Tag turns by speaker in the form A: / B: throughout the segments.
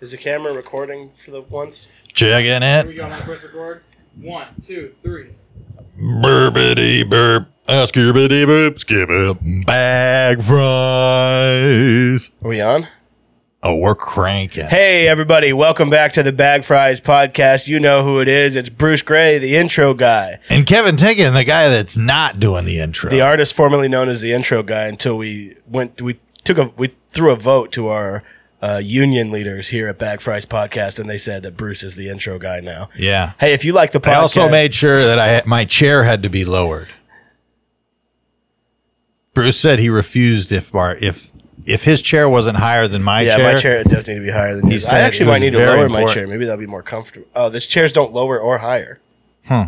A: Is the camera recording for the once?
B: Checking
C: Here we
B: it.
C: go. I'm gonna press record. One, two, three.
B: Burbity burp. Uh, skibbity boop. Skip it. Bag fries.
A: Are we on?
B: Oh, we're cranking.
A: Hey, everybody. Welcome back to the Bag Fries podcast. You know who it is. It's Bruce Gray, the intro guy,
B: And Kevin Ticken, the guy that's not doing the intro.
A: the artist formerly known as the intro guy until we went, we took a, we threw a vote to our uh, union leaders here at Bag Fries podcast, and they said that Bruce is the intro guy now.
B: yeah.
A: Hey, if you like the podcast,
B: I also made sure that I my chair had to be lowered. Bruce said he refused if our, if if his chair wasn't higher than my
A: yeah,
B: chair.
A: my chair does need to be higher than yours. I
B: said
A: actually
B: it
A: might
B: was
A: need to
B: very
A: lower my
B: important.
A: chair. Maybe that'll be more comfortable. Oh, these chairs don't lower or higher.
B: Hmm.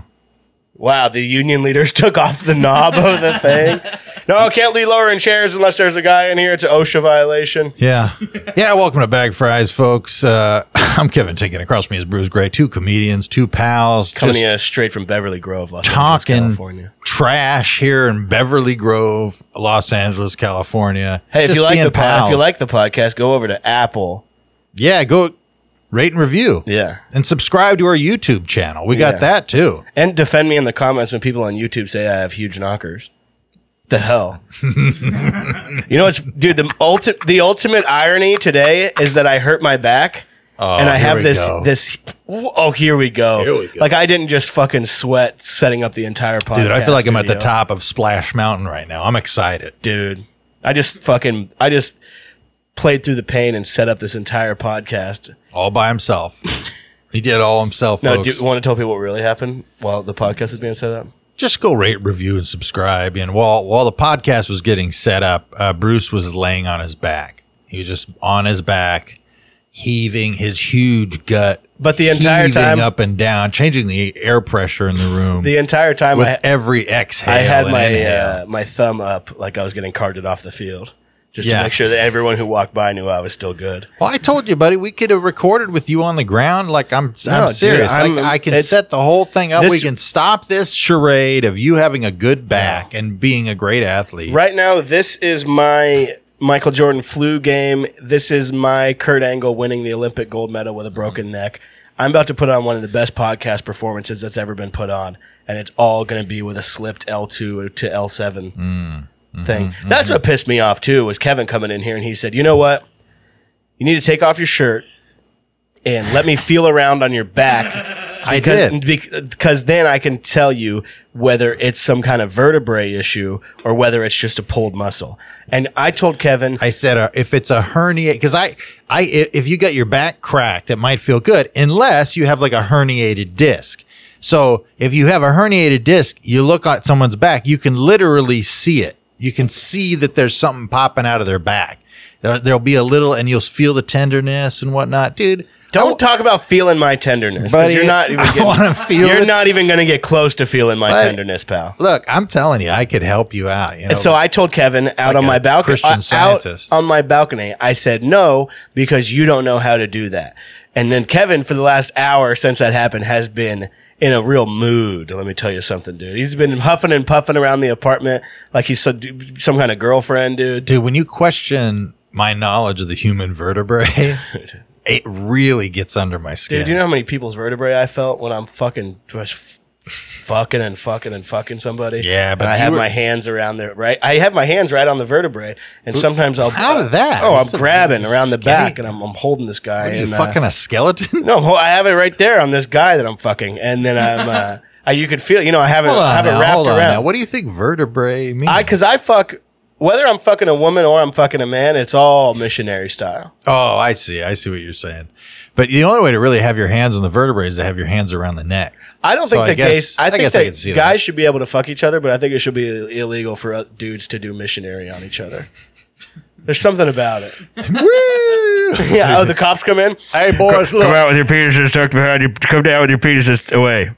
A: Wow, the union leaders took off the knob of the thing. No, can't be lowering chairs unless there's a guy in here. It's an OSHA violation.
B: Yeah. Yeah. Welcome to Bag Fries, folks. Uh, I'm Kevin Tinkin. Across from me is Bruce Gray, two comedians, two pals,
A: Coming
B: just
A: to you uh, straight from Beverly Grove, Los
B: Talking.
A: Angeles, California.
B: trash here in Beverly Grove, Los Angeles, California.
A: Hey, if
B: Just
A: you like
B: being
A: the pod, if you
B: pals.
A: like the podcast, go over to Apple.
B: yeah, go rate and review
A: Yeah,
B: and subscribe to our YouTube channel. We
A: Yeah.
B: got that too.
A: and defend me in the comments when people on YouTube say I have huge knockers. The hell, you know what's dude? The ultimate the ultimate irony today is that I hurt my back.
B: Oh,
A: and I
B: here
A: have
B: we
A: this
B: go.
A: this. Oh, here we go.
B: Here we go.
A: Like I didn't just fucking sweat setting up the entire podcast.
B: Dude, I feel like I'm at the
A: studio.
B: top of Splash Mountain right now. I'm excited.
A: dude. I just fucking I just played through the pain and set up this entire podcast.
B: All by himself. he did it all himself,
A: Now, do
B: folks.
A: you want to tell people what really happened while the podcast is being set up?
B: just go rate, review, and subscribe. And while while the podcast was getting set up, uh, Bruce was laying on his back. He was just on his back, heaving his huge gut.
A: But the entire
B: heaving
A: time-
B: up and down, changing the air pressure in the room
A: The entire time
B: with
A: I,
B: every exhale.
A: I had
B: and
A: my
B: inhale.
A: uh, my thumb up like I was getting carted off the field. Just to
B: Yeah.
A: make sure that everyone who walked by knew I was still good.
B: well, I told you, buddy, we could have recorded with you on the ground. Like I'm,
A: No,
B: I'm
A: dude,
B: serious. Like,
A: I'm-
B: i can
A: it's-
B: set the whole thing up.
A: this-
B: we can stop this charade of you having a good back and being a great athlete.
A: Right now, this is my Michael Jordan flu game. This is my Kurt Angle winning the Olympic gold medal with a broken neck. I'm about to put on one of the best podcast performances that's ever been put on, and it's all going to be with a slipped L2 to L7
B: Mm, mm-hmm,
A: thing. That's what pissed me off too was Kevin coming in here and he said, "You know what? You need to take off your shirt and let me feel around on your back."
B: I did.
A: because then I can tell you whether it's some kind of vertebrae issue or whether it's just a pulled muscle. And I told Kevin,
B: I said, uh, if it's a hernia, because I, I, i- if you got your back cracked, it might feel good unless you have like a herniated disc. So if you have a herniated disc, you look at someone's back, you can literally see it. You can see that there's something popping out of their back. There, will be a little, and you'll feel the tenderness and whatnot, dude.
A: "Don't talk about feeling my tenderness, 'cause
B: Buddy,
A: you're not even
B: I wanna
A: getting,
B: feel
A: you're
B: it.
A: not even going to get close to feeling my
B: Buddy.
A: tenderness, pal."
B: Look, I'm telling you, I could help you out. You know,
A: And so I told Kevin out on
B: a
A: my balcony,
B: Christian
A: uh, out
B: scientist.
A: on my balcony, I said no because you don't know how to do that. And then Kevin, for the last hour since that happened, has been in a real mood. Let me tell you something, dude. He's been huffing and puffing around the apartment like he's some, some kind of girlfriend, dude.
B: dude, when you question my knowledge of the human vertebrae, it really gets under my skin.
A: Dude, do you know how many people's vertebrae I felt when I'm fucking just f- fucking and fucking and fucking somebody?
B: Yeah, but
A: and I
B: you
A: have
B: were-
A: my hands around there, right? I have my hands right on the vertebrae, and sometimes I'll
B: How did that?
A: Oh,
B: That's
A: I'm
B: a-
A: grabbing around the
B: skinny-
A: back, and I'm, I'm holding this guy.
B: Are you
A: and, uh,
B: fucking a skeleton?
A: no, well, I have it right there on this guy that I'm fucking, and then I'm. Uh, I, you could feel, you know, I haven't,
B: Hold
A: I
B: on,
A: haven't
B: now,
A: wrapped
B: hold on
A: around.
B: now. What do you think vertebrae mean?
A: I, because I fuck, whether I'm fucking a woman or I'm fucking a man, it's all missionary style.
B: oh, I see. I see what you're saying. But the only way to really have your hands on the vertebrae is to have your hands around the neck.
A: I don't
B: So
A: think
B: I
A: the
B: guess-
A: gays. I
B: I
A: think
B: guess I
A: that
B: can see that.
A: guys should be able to fuck each other, but I think it should be ill- illegal for uh, dudes to do missionary on each other. There's something about it.
B: Woo!
A: Yeah. Oh, the cops come in.
B: Hey, boys,
D: Come
B: look.
D: out with your penises tucked behind you. Come down with your penises away.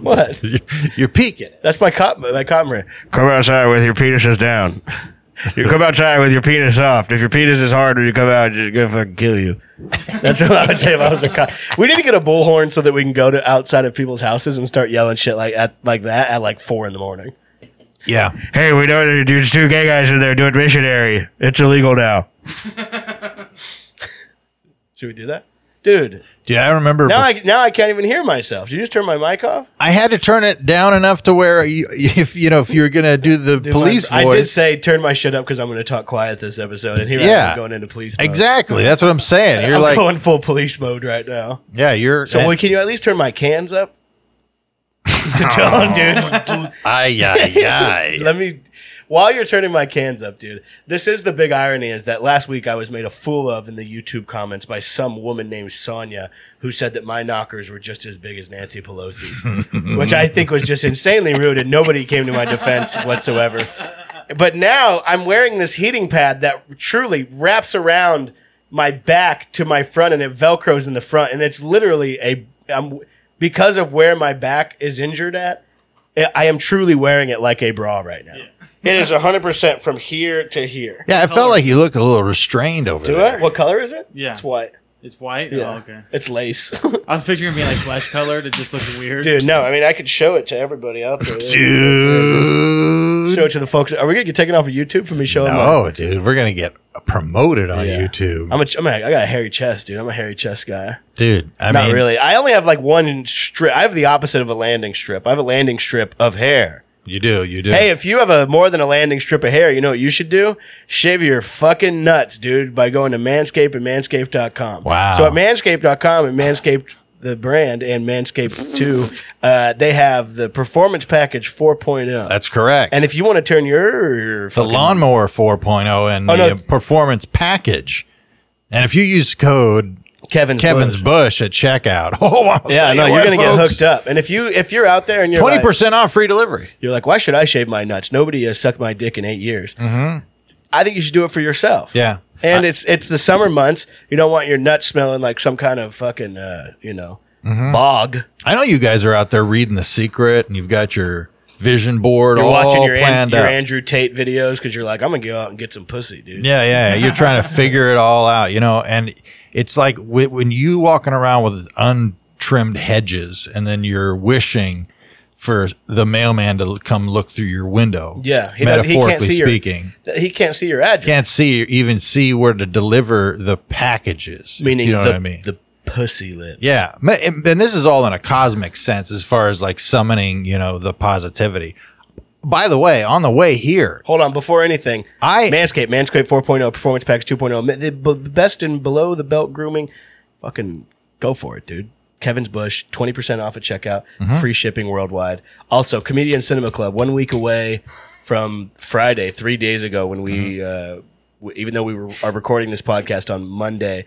A: What?
B: You're, you're peeking.
A: That's my cop. My comrade.
D: Come outside with your penises down. You come outside with your penis soft. If your penis is hard when you come out, it's gonna fucking kill you.
A: That's what I would say if I was a cop. We need to get a bullhorn so that we can go to outside of people's houses and start yelling shit like at like that at like four in the morning.
B: Yeah.
D: Hey, we know there- there's two gay guys in there doing missionary. It's illegal now.
A: Should we do that, dude?
B: Dude, I remember
A: Now
B: bef-
A: I now I can't even hear myself. Did you just turn my mic off?
B: I had to turn it down enough to where you, if you know if you were gonna do the
A: Dude,
B: police
A: my-
B: voice.
A: I did say turn my shit up because I'm going to talk quiet this episode, and here I
B: Yeah.
A: am going into police. Mode.
B: exactly. That's what I'm saying. You're
A: I'm
B: like,
A: going full police mode right now.
B: yeah, you're.
A: So
B: and-
A: well, can you at least turn my cans up? Don't,
D: Oh.
A: dude.
B: Ay, ay, ay.
A: Let me. While you're turning my cans up, dude, this is the big irony: is that last week I was made a fool of in the YouTube comments by some woman named Sonia, who said that my knockers were just as big as Nancy Pelosi's, which I think was just insanely rude, and nobody came to my defense whatsoever. But now I'm wearing this heating pad that truly wraps around my back to my front, and it velcros in the front, and it's literally a. I'm, because of where my back is injured at, I I am truly wearing it like a bra right now. It is 100% from here to here.
B: Yeah, I felt like you look a little restrained over
A: Do
B: there.
A: it? What color is it?
C: Yeah.
A: It's white.
C: It's white.
A: Yeah.
C: Oh, okay.
A: It's lace.
C: I was picturing it being like flesh colored. It just looks weird.
A: Dude, no, I mean, I could show it to everybody out there.
B: Dude.
A: Show it to the folks. Are we going to get taken off of YouTube for me showing my.
B: Oh, dude, we're gonna get promoted on
A: Yeah.
B: YouTube,
A: I'm a, I'm a, I got a hairy chest, dude. I'm a hairy chest guy.
B: dude. I
A: Not
B: mean,
A: really. I only have like one strip. I have the opposite of a landing strip. I have a landing strip of hair.
B: you do, you do.
A: Hey, if you have a more than a landing strip of hair, you know what you should do? Shave your fucking nuts, dude, by going to Manscaped and Manscaped.com.
B: Wow.
A: So at Manscaped.com and Manscaped, the brand, and Manscaped 2, uh, they have the Performance Package 4.0.
B: that's correct.
A: and if you want to turn your
B: the lawnmower 4.0 and
A: Oh,
B: the
A: no.
B: uh, performance package, and if you use code
A: Kevin's,
B: Kevin's Bush at checkout, oh, I'll
A: yeah,
B: tell
A: no,
B: you
A: you're
B: what,
A: gonna get
B: folks,
A: hooked up. And if you if you're out there and you're
B: Twenty
A: like,
B: percent off free delivery.
A: You're like, why should I shave my nuts? Nobody has sucked my dick in eight years. Mm-hmm. I think you should do it for yourself.
B: Yeah.
A: And it's it's the summer months. You don't want your nuts smelling like some kind of fucking uh, you know
B: Mm-hmm.
A: bog.
B: I know you guys are out there reading The Secret, and you've got your vision board
A: You're
B: all
A: watching your, An-
B: planned
A: your
B: out.
A: Andrew Tate videos because you're like, I'm gonna go out and get some pussy, dude.
B: Yeah, yeah. You're trying to figure it all out, you know. And it's like wh- when you walking around with untrimmed hedges, and then you're wishing for the mailman to l- come look through your window.
A: Yeah, he don't- he can't
B: metaphorically
A: see your-
B: speaking,
A: He can't see your address,
B: can't see even see where to deliver the packages. if
A: meaning
B: you know
A: the,
B: what I mean.
A: the pussy lips.
B: yeah, Ma- and and this is all in a cosmic sense, as far as like summoning, you know, the positivity. By the way, on the way here,
A: Hold on, before anything,
B: I
A: Manscaped, Manscaped 4.0, Performance Packs 2.0, oh. ma- the b- best in below the belt grooming. Fucking go for it, dude. Kevin's Bush, 20% off at checkout, free shipping worldwide. Also, Comedian Cinema Club, one week away from Friday, three days ago, when we, uh, w- even though we were, are recording this podcast on Monday,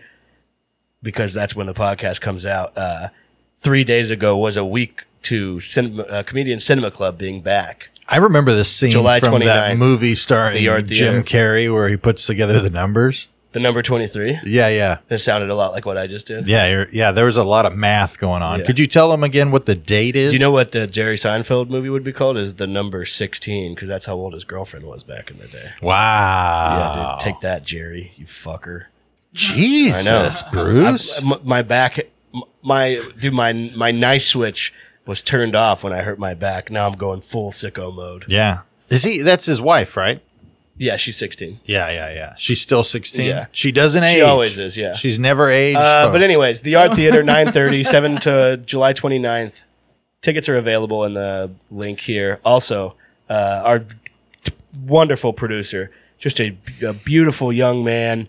A: because that's when the podcast comes out, uh, three days ago was a week to cinema, uh, Comedian Cinema Club being back.
B: I remember this scene
A: July
B: from that
A: 29th,
B: movie starring
A: the Yard
B: Jim Carrey where he puts together the numbers.
A: The number 23.
B: Yeah, yeah.
A: It sounded a lot like what I just did.
B: Yeah, you're, yeah, there was a lot of math going on.
A: Yeah.
B: Could you tell him again what the date is?
A: Do you know what the Jerry Seinfeld movie would be called? Is the number sixteen because that's how old his girlfriend was back in the day. Yeah,
B: Wow.
A: dude, take that, Jerry, you fucker.
B: Jesus, Bruce.
A: I- m- my back, m- my dude, my my knife switch was turned off when I hurt my back. Now I'm going full sicko mode.
B: yeah. Is he that's his wife, right?
A: Yeah, she's sixteen.
B: Yeah, yeah, yeah. She's still 16.
A: Yeah.
B: She doesn't age.
A: She always is. Yeah.
B: She's never aged.
A: Uh,
B: folks.
A: but anyways, the Art Theater, 9:30, 7 to July 29th. Tickets are available in the link here. Also, uh, our t- wonderful producer, just a, a beautiful young man,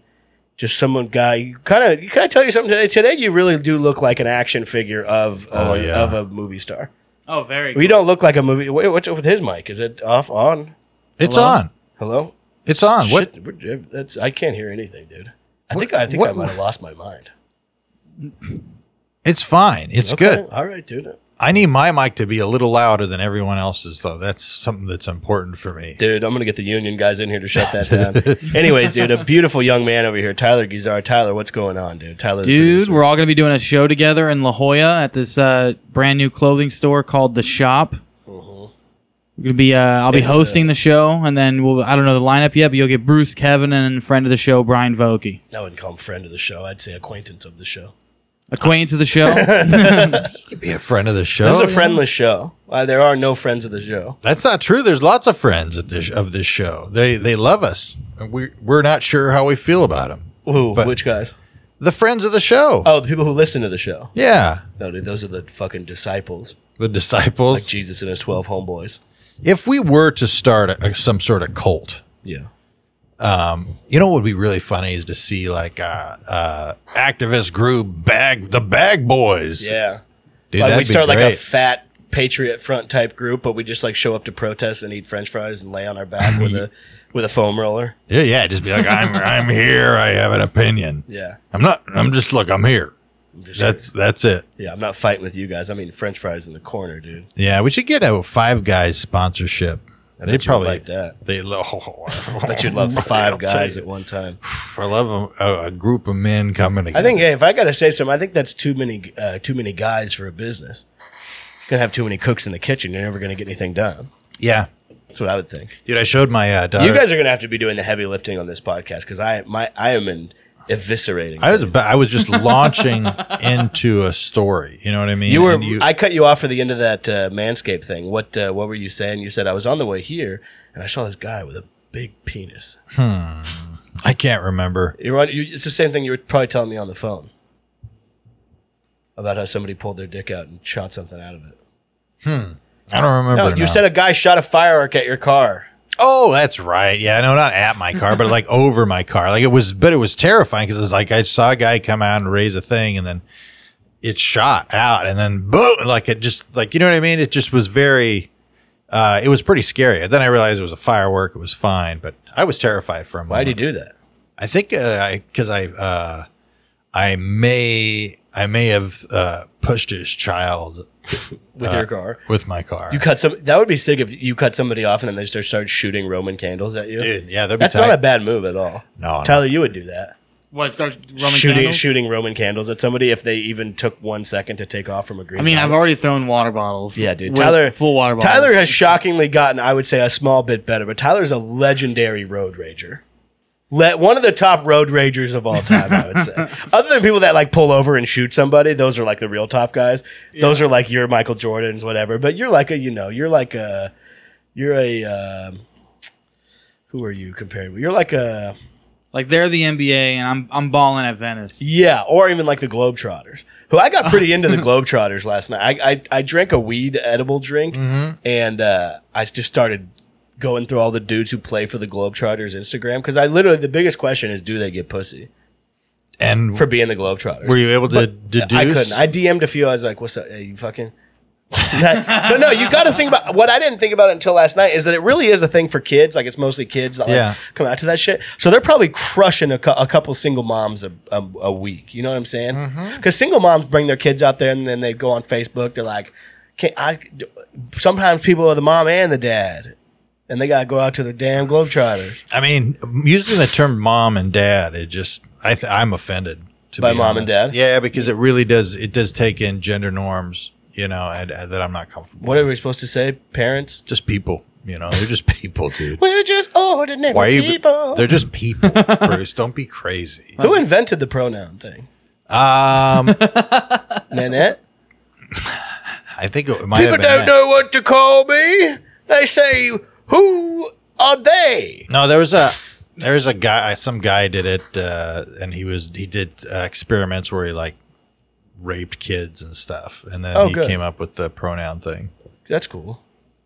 A: just someone guy. Kind of, can I tell you something today? Today, you really do look like an action figure of uh,
B: Oh, yeah.
A: of a movie star.
C: Oh, very.
A: We
C: cool.
A: don't look like a movie. Wait, what's up with his mic? Is it off? On?
B: it's
C: Hello?
B: on.
A: Hello?
B: It's on. What
A: Shit, we're- that's, I can't hear anything, dude. I think I think I
B: what-
A: might have lost my mind.
B: It's fine. It's good.
A: Okay, All right, dude.
B: I need my mic to be a little louder than everyone else's though. That's something that's important for me.
A: Dude, I'm gonna get the union guys in here to shut that down. Anyways, dude, a beautiful young man over here, Tyler Gizar. Tyler, what's going on, dude? Tyler, the
C: Dude,
A: producer.
C: we're all going to be doing a show together in La Jolla at this uh, brand new clothing store called The Shop. We're gonna be. Uh, I'll
A: Uh-huh.
C: be
A: It's, uh,
C: hosting the show, and then we'll. I don't know the lineup yet, but you'll get Bruce, Kevin, and friend of the show Brian Vokey,
A: I wouldn't call him friend of the show. I'd say acquaintance of the show.
C: acquaintance of the show.
B: You'd be a friend of the show.
A: This is a friendless show. Uh, there are no friends of the show.
B: That's not true. There's lots of friends of this of this show. They they love us. We we're not sure how we feel about them.
A: Ooh,
B: But-
A: which guys?
B: The friends of the show.
A: Oh, the people who listen to the show.
B: Yeah.
A: No, dude, those are the fucking disciples,
B: The
A: like
B: disciples.
A: Jesus and his twelve homeboys.
B: if we were to start a, a- some sort of cult, um,
A: Yeah.
B: you know what would be really funny is to see like uh, uh, activist group bag the bag boys.
A: Yeah.
B: Dude,
A: like
B: that'd
A: we
B: be
A: start like a
B: great.
A: fat patriot front type group, but we just like show up to protest and eat French fries and lay on our back with a with a foam roller.
B: yeah, yeah. Just be like, I'm I'm here. I have an opinion.
A: Yeah.
B: I'm not. I'm just look. I'm here.
A: just-
B: That's that's it.
A: Yeah, I'm not fighting with you guys. I mean, French fries in the corner, dude.
B: Yeah, we should get a Five Guys sponsorship.
A: bet you
B: They
A: would
B: probably
A: like that.
B: They lo-
A: Bet you'd love five
B: I'll
A: guys
B: tell
A: at
B: you.
A: one time.
B: I love a, a, a group of men coming together.
A: I think hey, if I got to say something, I think that's too many uh, too many guys for a business. Gonna have too many cooks in the kitchen. You're never gonna get anything done.
B: Yeah,
A: That's what I would think.
B: dude. I showed my uh, daughter.
A: You guys are gonna have to be doing the heavy lifting on this podcast because I my I am in eviscerating.
B: I was about, I was just launching into a story. You know what I mean?
A: You were.
B: And you-
A: I cut you off for the end of that uh, manscape thing. What uh, What were you saying? You said I was on the way here and I saw this guy with a big penis.
B: I can't remember.
A: You're on. You, it's the same thing you were probably telling me on the phone about how somebody pulled their dick out and shot something out of it.
B: I don't remember.
A: No, you
B: now.
A: said a guy shot a firework at your car.
B: Oh, that's right. Yeah, no, not at my car, but like over my car. Like it was, but it was terrifying because it's like I saw a guy come out and raise a thing, and then it shot out, and then boom, like it just like you know what I mean. It just was very. Uh, it was pretty scary. Then I realized it was a firework. It was fine, but I was terrified for a moment.
A: Why would you do that?
B: I think uh, I because I uh, I may I may have uh, pushed his child
A: With your car,
B: with my car.
A: you cut some. That would be sick if you cut somebody off and then they just started shooting Roman candles at you.
B: Dude, yeah, that'd
A: That's
B: be tight.
A: not a bad move at all.
B: No, no.
A: Tyler, you would do that.
C: What starts Roman
A: shooting
C: candles?
A: shooting Roman candles at somebody if they even took one second to take off from a green.
C: I mean, I've
A: light.
C: already thrown water bottles.
A: yeah, dude.
C: With
A: Tyler
C: full water bottles.
A: Tyler has shockingly gotten, I would say, a small bit better, but Tyler's a legendary road rager. Let one of the top road ragers of all time, I would say. Other than people that like pull over and shoot somebody, those are like the real top guys. Those are like your Michael Jordans, whatever. But you're like a, you know, you're like a, you're a. Um, who are you compared with? You're like a
C: like they're the NBA, and I'm I'm balling at Venice.
A: yeah, or even like the Globetrotters, who I got pretty into the Globetrotters last night. I, I, I drank a weed edible drink, and uh, I just started going through all the dudes who play for the Globetrotters Instagram because I literally the biggest question is do they get pussy
B: and
A: for being the Globetrotters?
B: were you able to deduce?
A: I couldn't. I DM'd a few. I was like, "What's up? Hey, you fucking." That- but no, you got to think about what I didn't think about it until last night is that it really is a thing for kids. Like it's mostly kids that like,
B: Yeah.
A: come out to that shit. So they're probably crushing a, cou- a couple single moms a, a, a week. You know what I'm saying?
B: Mm-hmm.
A: Because single moms bring their kids out there and then they go on Facebook. They're like, "Can I?" Sometimes people are the mom and the dad, and they gotta go out to the damn Globetrotters
B: I mean, using the term mom and dad, it just I th- I'm offended. To
A: By
B: be
A: mom and dad?
B: honest. yeah, because it really does it does take in gender norms, you know, and, and that I'm not comfortable.
A: What are we supposed to say, parents?
B: Just people, you know, they're just people, dude.
A: We're just ordinary
B: Why are you?
A: people.
B: They're just people, Bruce. Don't be crazy.
A: Who invented the pronoun thing?
B: Um,
A: Nanette.
B: I think it might
A: People
B: have been
A: don't
B: that.
A: know what to call me. They say, "Who are they?"
B: No, there was a there was a guy. Some guy did it, uh, and he was he did uh, experiments where he like raped kids and stuff, and then
A: Oh,
B: he
A: good.
B: came up with the pronoun thing.
A: That's cool.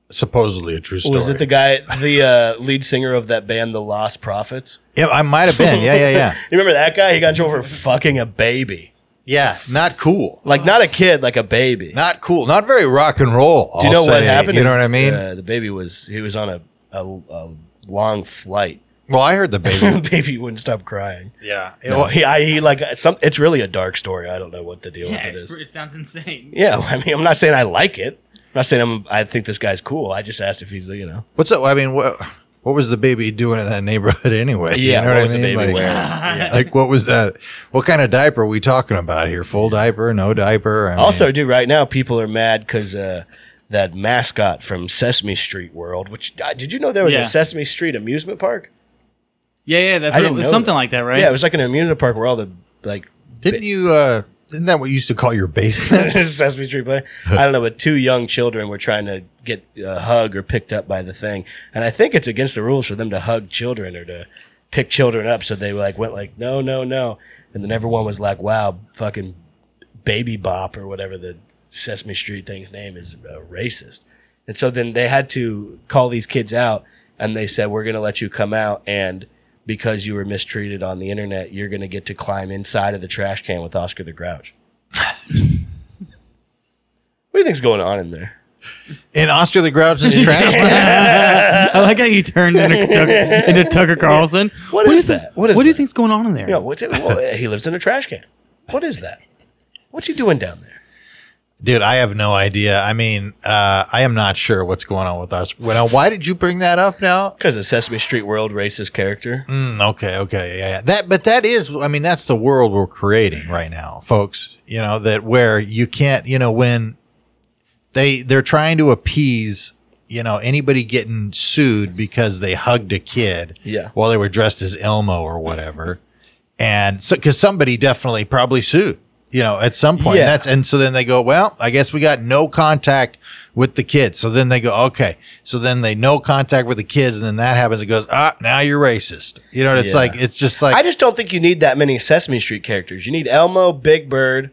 B: Supposedly a true story.
A: Was Oh, it the guy, the uh, lead singer of that band, The Lost Prophets?
B: Yeah, I might have been. Yeah, yeah, yeah,
A: You remember that guy? He got in trouble for fucking a baby,
B: yeah. Not cool.
A: like not a kid, like a baby.
B: Not cool. Not very rock and roll.
A: Do you know what happened?
B: You know
A: is,
B: what I mean?
A: Uh, the baby was he was on a a, a long flight.
B: well, I heard the baby.
A: the baby wouldn't stop crying.
B: yeah. It
A: Well,
B: wa-
A: he, I, he like some. It's really a dark story. I don't know what the deal
C: Yeah,
A: with it is.
C: it's, it sounds insane.
A: Yeah, I mean, I'm not saying I like it. I'm not saying I'm. I think this guy's cool. I just asked if he's, you know.
B: What's up? I mean, what what was the baby doing in that neighborhood anyway?
A: Yeah,
B: you know
A: what
B: what, I
A: was the
B: mean?
A: baby
B: like, ah,
A: wearing?
B: like, what was that? What kind of diaper are we talking about here? Full diaper? No diaper? I mean-
A: Also, dude, right now people are mad because uh, that mascot from Sesame Street World. Which uh, did you know there was
C: Yeah.
A: a Sesame Street amusement park?
C: Yeah, yeah, that's
A: I
C: what it
A: didn't
C: was,
A: know
C: something
A: that.
C: like that, right?
A: Yeah, it was like an amusement park where all the like
B: Didn't you? uh Isn't that what you used to call your basement?
A: Sesame Street play. I don't know, but two young children were trying to get a hug or picked up by the thing, and I think it's against the rules for them to hug children or to pick children up. So they like went like, no, no, no, And then everyone was like, wow, fucking Baby Bop or whatever the Sesame Street thing's name is uh, racist. And so then they had to call these kids out and they said, we're going to let you come out. And because you were mistreated on the internet, you're going to get to climb inside of the trash can with Oscar the Grouch. what do you think's going on in there?
B: In Oscar the Grouch's trash can?
C: I like how you turned into Tucker, into Tucker Carlson.
A: What
C: do you
A: is
C: think-
A: that? What is
C: what do you
A: that?
C: think's going on in there?
A: You know, what's it? Well, he lives in a trash can. What is that? What's he doing down there?
B: Dude, I have no idea. I mean, uh, I am not sure what's going on with us. Well, now, why did you bring that up now?
A: Because a Sesame Street World racist character.
B: Mm, okay, okay, yeah, yeah. That, but that is, I mean, that's the world we're creating right now, folks. You know that where you can't, you know, when they they're trying to appease, you know, anybody getting sued because they hugged a kid,
A: Yeah.
B: while they were dressed as Elmo or whatever, and so because somebody definitely probably sued, you know, at some point.
A: Yeah.
B: That's and so then they go, well, I guess we got no contact with the kids. So then they go, okay. So then they no contact with the kids, and then that happens. It goes, ah, now you're racist. You know, it's
A: Yeah.
B: like it's just like
A: I just don't think you need that many Sesame Street characters. You need Elmo, Big Bird.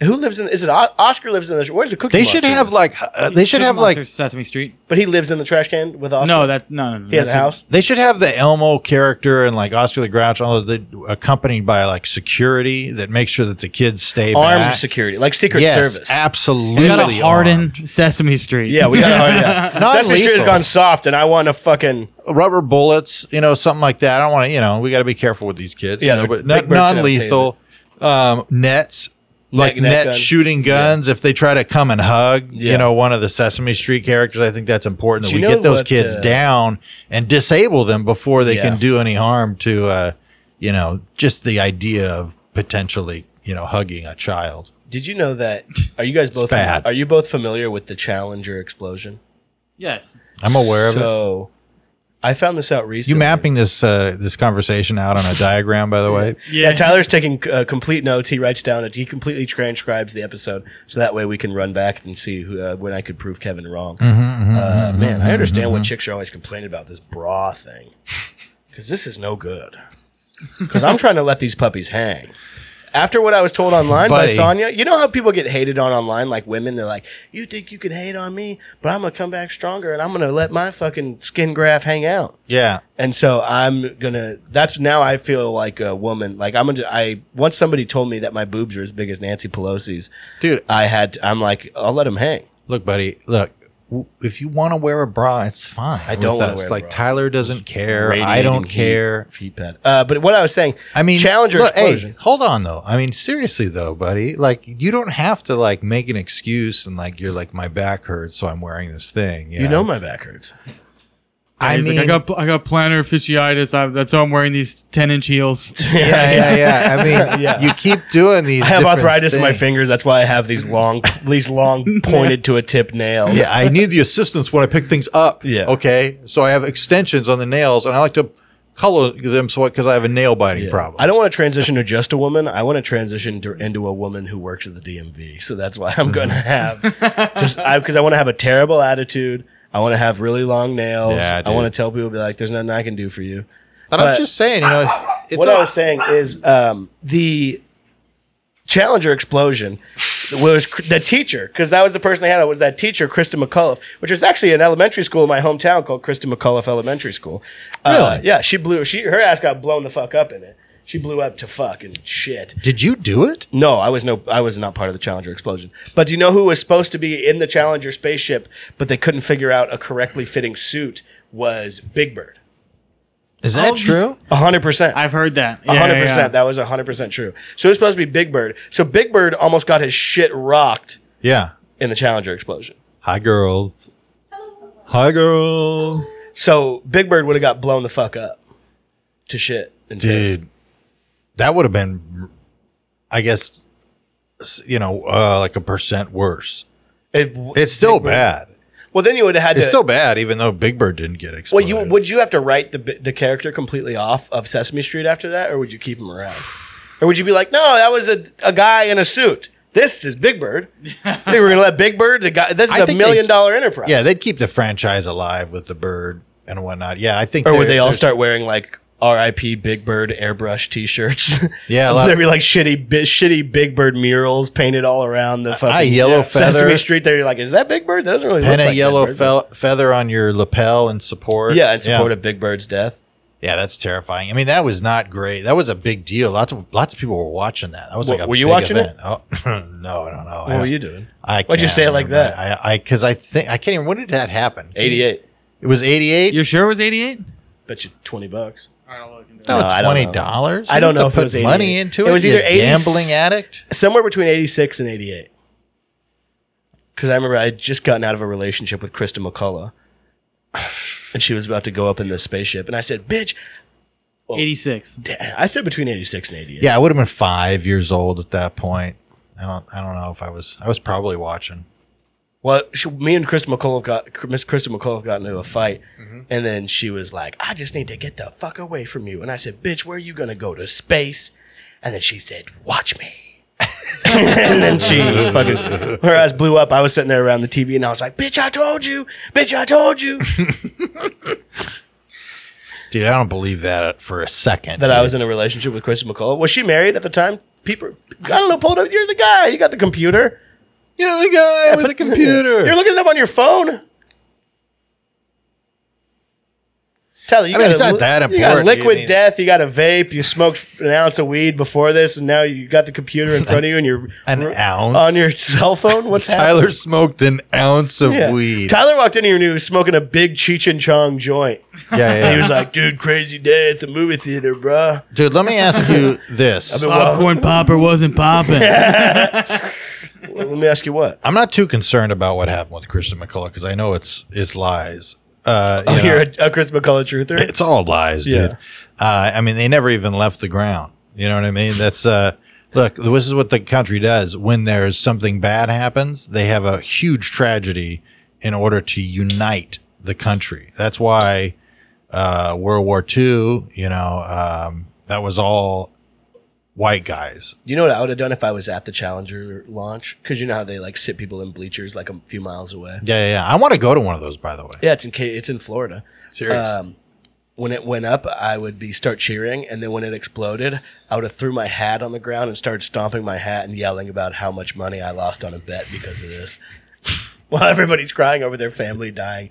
A: Who lives in? Is it O- Oscar lives in the? Where's the cookie?
B: they should
A: Monster?
B: have like uh, they should
C: Cookie
B: have like
C: Monster, Sesame Street.
A: but he lives in the trash can with Oscar.
C: No, that no, no, no.
A: he has a
C: that's just-
A: house.
B: They should have the Elmo character and like Oscar the Grouch, all of the accompanied by like security that makes sure that the kids stay
A: Armed
B: back.
A: security, like Secret
B: yes,
A: Service.
B: absolutely.
C: We got a hardened
B: armed.
C: Sesame Street.
A: yeah, we got. Oh, yeah.
B: Not
A: Sesame Street has
B: lethal.
A: gone soft, and I want to fucking.
B: rubber bullets, you know, something like that. I don't want to, you know, we got to be careful with these kids.
A: Yeah,
B: you know,
A: they're
B: but
A: big birds that have
B: non lethal um, nets, like
A: net
B: net
A: gun.
B: shooting guns. If they try to come and hug,
A: Yeah.
B: you know, one of the Sesame Street characters, I think that's important that
A: Do you
B: we
A: know
B: get those
A: what,
B: kids
A: uh,
B: down and disable them before they
A: Yeah.
B: can do any harm to, uh, you know, just the idea of potentially, you know, hugging a child.
A: Did you know that? Are you guys both?
B: bad.
A: Are you both familiar with the Challenger explosion?
C: Yes.
B: I'm aware of it.
A: So, I found this out
B: You
A: recently.
B: mapping this uh, this conversation out on a diagram, by the way.
A: Yeah, Tyler's taking uh, complete notes. He writes down it. He completely transcribes the episode, so that way we can run back and see who, uh, when I could prove Kevin wrong.
B: Mm-hmm,
A: uh, man, I understand what chicks are always complaining about this bra thing, because this is no good. Because I'm trying to let these puppies hang. After what I was told online by
B: Buddy.
A: Sonya, you know how people get hated on online, like women. They're like, "You think you can hate on me, but I'm gonna come back stronger, and I'm gonna let my fucking skin graft hang out."
B: Yeah.
A: And so I'm gonna. That's now I feel like a woman. Like I'm gonna. I once somebody told me that my boobs are as big as Nancy Pelosi's.
B: Dude,
A: I had. I'm like, I'll let them hang.
B: Look, buddy. Look, w- if you want to wear a bra, it's fine. I
A: don't wanna wear a
B: Like
A: bra.
B: Tyler doesn't care. I
A: Radiating
B: don't
A: heat,
B: care.
A: Feet pad. Uh, but what I was saying.
B: I mean,
A: Challenger
B: look, hey,
A: explosion.
B: hold on though. I mean, seriously though, buddy. Like, you don't have to like make an excuse and like you're like my back hurts, so I'm wearing this thing.
A: You know my back hurts.
B: I
C: He's
B: mean,
C: like, I got I got plantar fasciitis. I, that's why I'm wearing these ten inch heels.
B: yeah, yeah, yeah. I mean, you keep doing these.
A: I have arthritis in my
B: fingers.
A: fingers. That's why I have these long, these long pointed to a tip nails.
B: Yeah, I need the assistance when I pick things up.
A: Yeah.
B: Okay. So I have extensions on the nails, and I like to color them so because I have a nail biting problem.
A: I don't want to transition to just a woman. I want to transition to, into a woman who works at the DMV. So that's why I'm going to have
B: Mm-hmm.
A: just because I, want to have a terrible attitude. I want to have really long nails.
B: Yeah,
A: I
B: dude.
A: want to tell people, be like, there's nothing I can do for you.
B: But,
A: But-
B: I'm just saying, you know, if- it's
A: what I
B: all-
A: was saying is um, the Challenger explosion was cr- the teacher because that was the person they had was that teacher Krista McAuliffe, which is actually an elementary school in my hometown called Krista McAuliffe Elementary School. Uh,
B: Really?
A: yeah, she blew she her ass got blown the fuck up in it. She blew up to fucking shit.
B: Did you do it?
A: No, I was no, I was not part of the Challenger explosion. But do you know who was supposed to be in the Challenger spaceship, but they couldn't figure out a correctly fitting suit? Was Big Bird?
B: Is that true?
A: hundred percent.
C: I've heard that. Yeah,
A: A hundred
C: yeah, yeah.
A: percent. That was hundred percent true. So it was supposed to be Big Bird. So Big Bird almost got his shit rocked
B: Yeah.
A: in the Challenger explosion.
B: Hi, girls. Hi, girls.
A: So Big Bird would have got blown the fuck up to shit. And tits.
B: Dude, that would have been, I guess, s- you know, uh, like a percent worse.
A: It-
B: It's still
A: Big Bird-
B: bad.
A: Well, then you would have had
B: It's
A: to.
B: still bad, even though Big Bird didn't get
A: well,
B: exploded.
A: you would you have to write the bi- the character completely off of Sesame Street after that, or would you keep him around, or would you be like, no, that was a, a guy in a suit. This is Big Bird. they were gonna let Big Bird. The guy. This is
B: I
A: a
B: think
A: million
B: they-
A: dollar enterprise.
B: Yeah, they'd keep the franchise alive with the bird and whatnot. Yeah, I think.
A: Or
B: there-
A: would they all
B: there's-
A: start wearing like R.I.P. Big Bird airbrush T-shirts.
B: Yeah, a lot of-
A: there'd be like shitty, bi- shitty Big Bird murals painted all around the fucking
B: yellow
A: Sesame
B: feather.
A: Street. There, you're like, is that Big Bird? That doesn't really look
B: Pin a
A: like
B: yellow
A: Big Bird,
B: fel- feather on your lapel and support.
A: but- Yeah, in support of Big Bird's death.
B: Yeah, that's terrifying. I mean, that was not great. That was a big deal. Lots of lots of people were watching that. That was like
A: Wha-
B: a
A: were you
B: big
A: watching it?
B: event. Oh, no, I don't know. I
A: What were
B: don't-
A: you doing?
B: I
A: Why'd you
B: can't
A: say it like
B: remember.
A: that?
B: I because I, think I can't even. When did that happen?
A: Eighty-eight.
B: It was eighty eight.
C: You're sure it was 88?
A: Bet you twenty bucks.
B: No,
A: No, I don't know.
B: twenty dollars.
A: I don't know if it was
B: put money
A: 88.
B: into it.
A: It was
B: you
A: either 80
B: gambling addict.
A: Somewhere between eighty-six and eighty-eight. Because I remember I had just gotten out of a relationship with Krista McCullough, and she was about to go up in the spaceship, and I said, "Bitch." Oh.
C: 86.
A: da- I said between 86 and 88.
B: Yeah, I would have been five years old at that point. I don't. I don't know if I was. I was probably watching.
A: Well, she, me and Krista McCullough got Miss Krista McCullough got into a fight, and then she was like, "I just need to get the fuck away from you." And I said, "Bitch, where are you gonna go to space?" And then she said, "Watch me." and then she fucking her eyes blew up. I was sitting there around the TV, and I was like, "Bitch, I told you! Bitch, I told you
B: Dude, I don't believe that for a second.
A: that
B: dude.
A: I was in a relationship with Krista McCullough." Was she married at the time? People, I don't know. Pulled up. You're the guy. You got the computer.
B: You're the guy with the computer.
A: You're looking it up on your phone. Tyler, you
B: I mean,
A: got
B: it's
A: a
B: not
A: li-
B: that
A: You got
B: important.
A: liquid
B: You need-
A: death. You got a vape. You smoked an ounce of weed before this, and now you got the computer in front of you, and you're
B: An
A: r-
B: ounce?
A: on your cell phone. What's
B: Tyler smoked an ounce of
A: happening? Yeah.
B: weed.
A: Tyler walked in here and he was smoking a big Cheech and Chong joint.
B: yeah, yeah,
A: He
B: yeah.
A: was like, "Dude, crazy day at the movie theater, bruh."
B: Dude, let me ask you this.
A: been-
C: Popcorn popper wasn't popping.
A: Well, let me ask you what.
B: I'm not too concerned about what happened with Christian McCullough because I know it's it's lies. Uh, you know,
A: Oh, You're a, a Chris McCullough truther.
B: it's all lies, dude.
A: Yeah.
B: Uh, I mean, they never even left the ground. You know what I mean? That's uh, look. This is what the country does when there's something bad happens. They have a huge tragedy in order to unite the country. That's why uh, World War II. You know, um, that was all white guys.
A: You know what I would have done if I was at the Challenger launch? Because you know how they like sit people in bleachers like a few miles away.
B: Yeah, yeah. yeah. I want to go to one of those, by the way.
A: Yeah, it's in Ca- it's in Florida.
B: Serious.
A: Um, when it went up, I would be start cheering, and then when it exploded, I would have threw my hat on the ground and started stomping my hat and yelling about how much money I lost on a bet because of this. While everybody's crying over their family dying,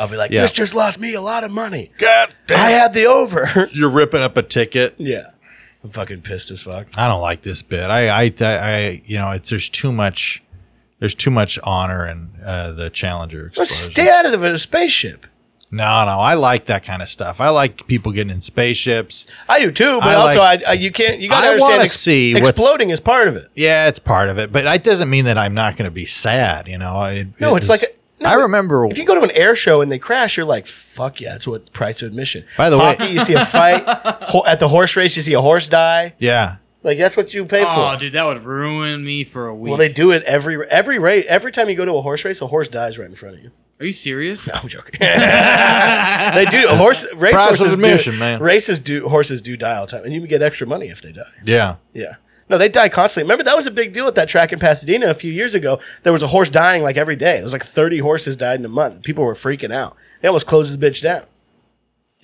A: I'll be like,
B: Yeah.
A: "This just lost me a lot of money.
B: God
A: I had the over."
B: You're ripping up a ticket.
A: yeah, I'm fucking pissed as fuck.
B: I don't like this bit. I, I, I, I you know, it's there's too much, there's too much honor in uh, the Challenger
A: Well,
B: explosion.
A: stay out of the spaceship.
B: no, no, I like that kind of stuff. I like people getting in spaceships.
A: I do too, but
B: I
A: also
B: like-
A: I, I you can't you gotta
B: I
A: understand
B: wanna
A: ex-
B: see what's-
A: exploding is part of it.
B: Yeah, it's part of it, but it doesn't mean that I'm not going to be sad. You know, it,
A: No,
B: it
A: it's
B: is-
A: like a- no,
B: I remember.
A: If you go to an air show and they crash, you're like, fuck yeah, that's what price of admission.
B: By the way-
A: Hockey, you see a fight. Ho- at the horse race, you see a horse die.
B: yeah,
A: Like, that's what you pay
C: oh,
A: for.
C: dude, that would ruin me for a week.
A: Well, they do it every every race. Every time you go to a horse race, a horse dies right in front of you.
C: Are you serious?
A: I'm joking. they do a horse race
B: Price of
A: horses
B: admission,
A: do,
B: man.
A: Races do horses do die all the time, and you can get extra money if they die.
B: yeah.
A: Yeah. No, they die constantly. Remember that was a big deal at that track in Pasadena a few years ago. There was a horse dying like every day. There was like 30 horses died in a month. People were freaking out. They almost closed the bitch down.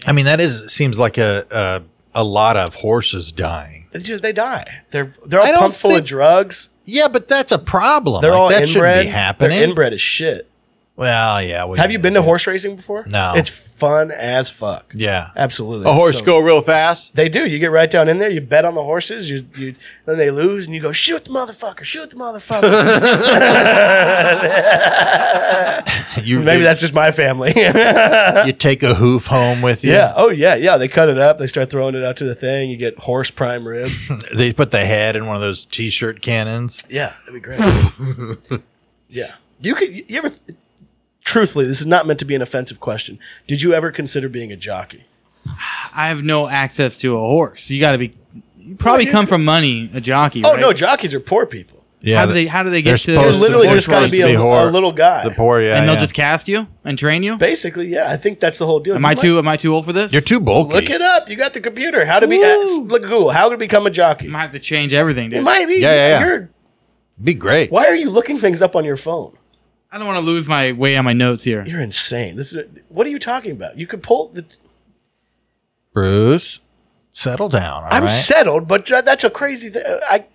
B: I mean, that is seems like a a, a lot of horses dying.
A: It's just they die. They're they're
B: I
A: all
B: don't
A: pumped full of
B: think-
A: drugs.
B: Yeah, but that's a problem.
A: They're
B: Like,
A: all
B: that
A: inbred.
B: shouldn't be happening.
A: They're inbred as shit.
B: Well, yeah. what are
A: Have
B: you
A: you
B: gonna
A: been to
B: do?
A: horse racing before?
B: No.
A: It's fun as fuck.
B: Yeah,
A: Absolutely.
B: a
A: It's
B: horse
A: so-
B: go real fast.
A: They do. You get right down in there. You bet on the horses. You, you then they lose, and you go shoot the motherfucker, shoot the motherfucker.
B: You
A: Maybe that's just my family.
B: you take a hoof home with you.
A: Yeah. Oh yeah. Yeah. They cut it up. They start throwing it out to the thing. You get horse prime rib.
B: They put the head in one of those t-shirt cannons.
A: yeah, that'd be great. yeah. You could. You ever? Truthfully, this is not meant to be an offensive question. Did you ever consider being a jockey?
C: I have no access to a horse. You got to be. You probably
A: Yeah, you-
C: come from money, a jockey.
A: Oh
C: right?
A: no, jockeys are poor people.
B: Yeah.
C: How do they? How do they
B: they're
C: get to?
B: supposed
A: They're
B: Those-
A: literally
B: they're
A: just got to
B: supposed
A: be,
B: to be
A: a,
B: whore.
A: a little guy.
B: the poor, yeah.
C: and they'll
B: yeah.
C: just cast you and train you.
A: Basically, yeah. I think that's the whole deal.
C: Am
A: You
C: I
A: might-
C: too? Am I too old for this?
B: You're too bulky.
A: Look it up. You got the computer. How to be? Uh,
C: Woo.
A: look at Google. How to become a jockey?
C: I might have to change everything,
A: It
C: dude.
A: might be.
B: Yeah, yeah, yeah.
A: You're,
B: Be great.
A: why are you looking things up on your phone?
C: I don't want to lose my way on my notes here.
A: You're insane. This is what are you talking about? You could pull the
B: Bruce, settle down. all
A: I'm
B: right?
A: settled, but j- that's a crazy thing. I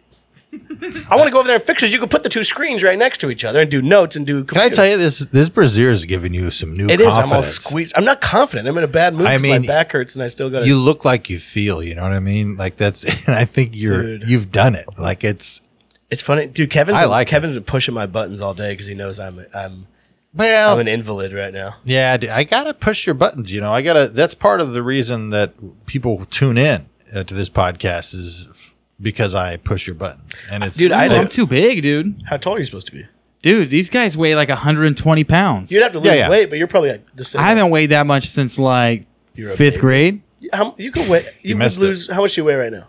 A: I want to go over there and fix this. You could put the two screens right next to each other and do notes and do.
B: Can I tell you this? This brazier is giving you some new
A: It is.
B: confidence.
A: I'm all squeezed. I'm not confident. I'm in a bad mood.
B: I
A: 'cause my
B: mean,
A: back hurts, and I still got to.
B: You look like you feel. You know what I mean? Like that's. And I think you're.
A: Dude.
B: You've done it. Like it's.
A: It's funny, dude. Kevin's
B: I
A: been,
B: like it.
A: Kevin's been pushing my buttons all day because he knows I'm I'm
B: Well,
A: I'm an invalid right now.
B: Yeah, dude, I gotta push your buttons. You know, I gotta. That's part of the reason that people tune in uh, to this podcast is f- because I push your buttons, and it's
A: Dude, I
C: I'm
A: don't-
C: too big, dude.
A: How tall are you supposed to be?
C: Dude, these guys weigh like 120 pounds.
A: You'd have to lose
B: Yeah, yeah.
A: weight, but you're probably like the same.
C: I haven't weighed that much since like
A: a
C: fifth
A: baby.
C: grade.
A: How, you could weigh. You, could
B: missed it.
A: lose. How much do you weigh right now?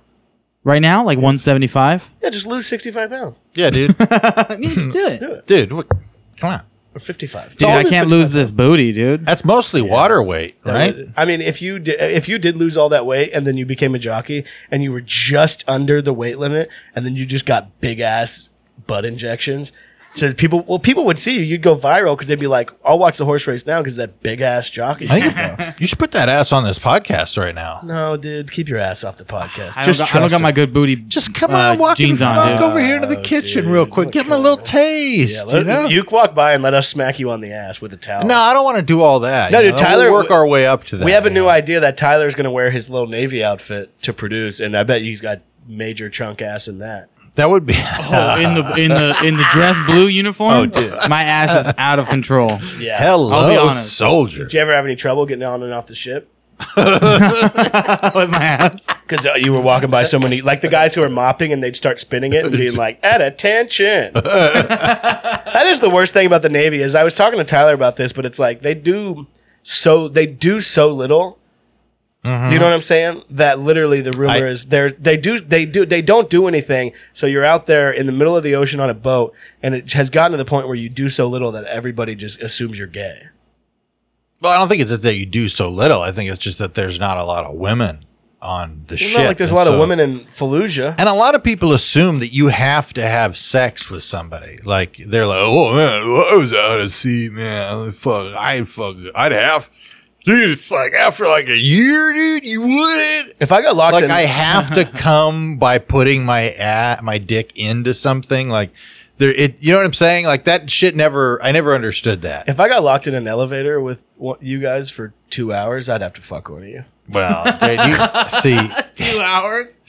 C: Right now, like 175.
A: Yeah, just lose 65 pounds
B: yeah, dude,
C: Yeah, just do it. Dude,
B: dude, what, come on.
A: or 55. It's all
C: I
A: this
C: can't
A: 55.
C: lose this booty, dude.
B: That's mostly water weight, right?
A: I mean, if you did, if you did lose all that weight and then you became a jockey and you were just under the weight limit and then you just got big ass butt injections, so people well people would see you, you'd go viral because they'd be like, "I'll watch the horse race now because that big ass jockey."
B: I think you should put that ass on this podcast right now.
A: no, dude, keep your ass off the podcast.
C: I don't,
A: Just
C: got, I don't
A: trust
C: got my
A: it.
C: good booty.
B: Just come
C: uh,
B: on, walk,
C: jeans
B: and
C: on,
B: walk
C: dude.
B: over here
A: Oh,
B: to the kitchen real quick. Give him a little
A: Yeah,
B: taste.
A: let-
B: you know?
A: you can walk by and let us smack you on the ass with a towel.
B: no, I don't want to do all that.
A: No,
B: you
A: dude,
B: know?
A: Tyler,
B: we'll work
A: we-
B: our way up to that.
A: we have a new
B: man.
A: idea that Tyler's going to wear his little navy outfit to produce, and I bet he's got major chunk ass in that.
B: That would be.
C: Oh, in the in the in the dress blue uniform.
A: Oh, dude.
C: my ass is out of control.
A: Yeah,
C: I'll be
B: Hello,
C: honest.
B: soldier.
A: Did you ever have any trouble getting on and off the ship?
C: With my ass.
A: Because uh, you were walking by so many, like the guys who are mopping and they'd start spinning it and being like, at attention. that is the worst thing about the Navy is I was talking to Tyler about this, but it's like they do so, they do so little. You know what I'm saying? That literally the rumor
B: I-
A: is there. They do, they do, they don't do anything. So you're out there in the middle of the ocean on a boat and it has gotten to the point where you do so little that everybody just assumes you're gay.
B: Well, I don't think it's that you do so little. I think it's just that there's not a lot of women on the
A: It's
B: ship.
A: not like there's a
B: and
A: lot of
B: so-
A: women in Fallujah.
B: and a lot of people assume that you have to have sex with somebody. Like they're like, "Oh man, I was out of sea, man. Fuck, I fuck, I'd have, dude. It's like after like a year, dude, you wouldn't."
A: If I got locked
B: Like
A: in,
B: I have to come by putting my a my dick into something. Like there, it. You know what I'm saying? Like that shit never. I never understood that.
A: If I got locked in an elevator with one- you guys for two hours, I'd have to fuck one of you.
B: Well, dude, you see,
C: Two hours.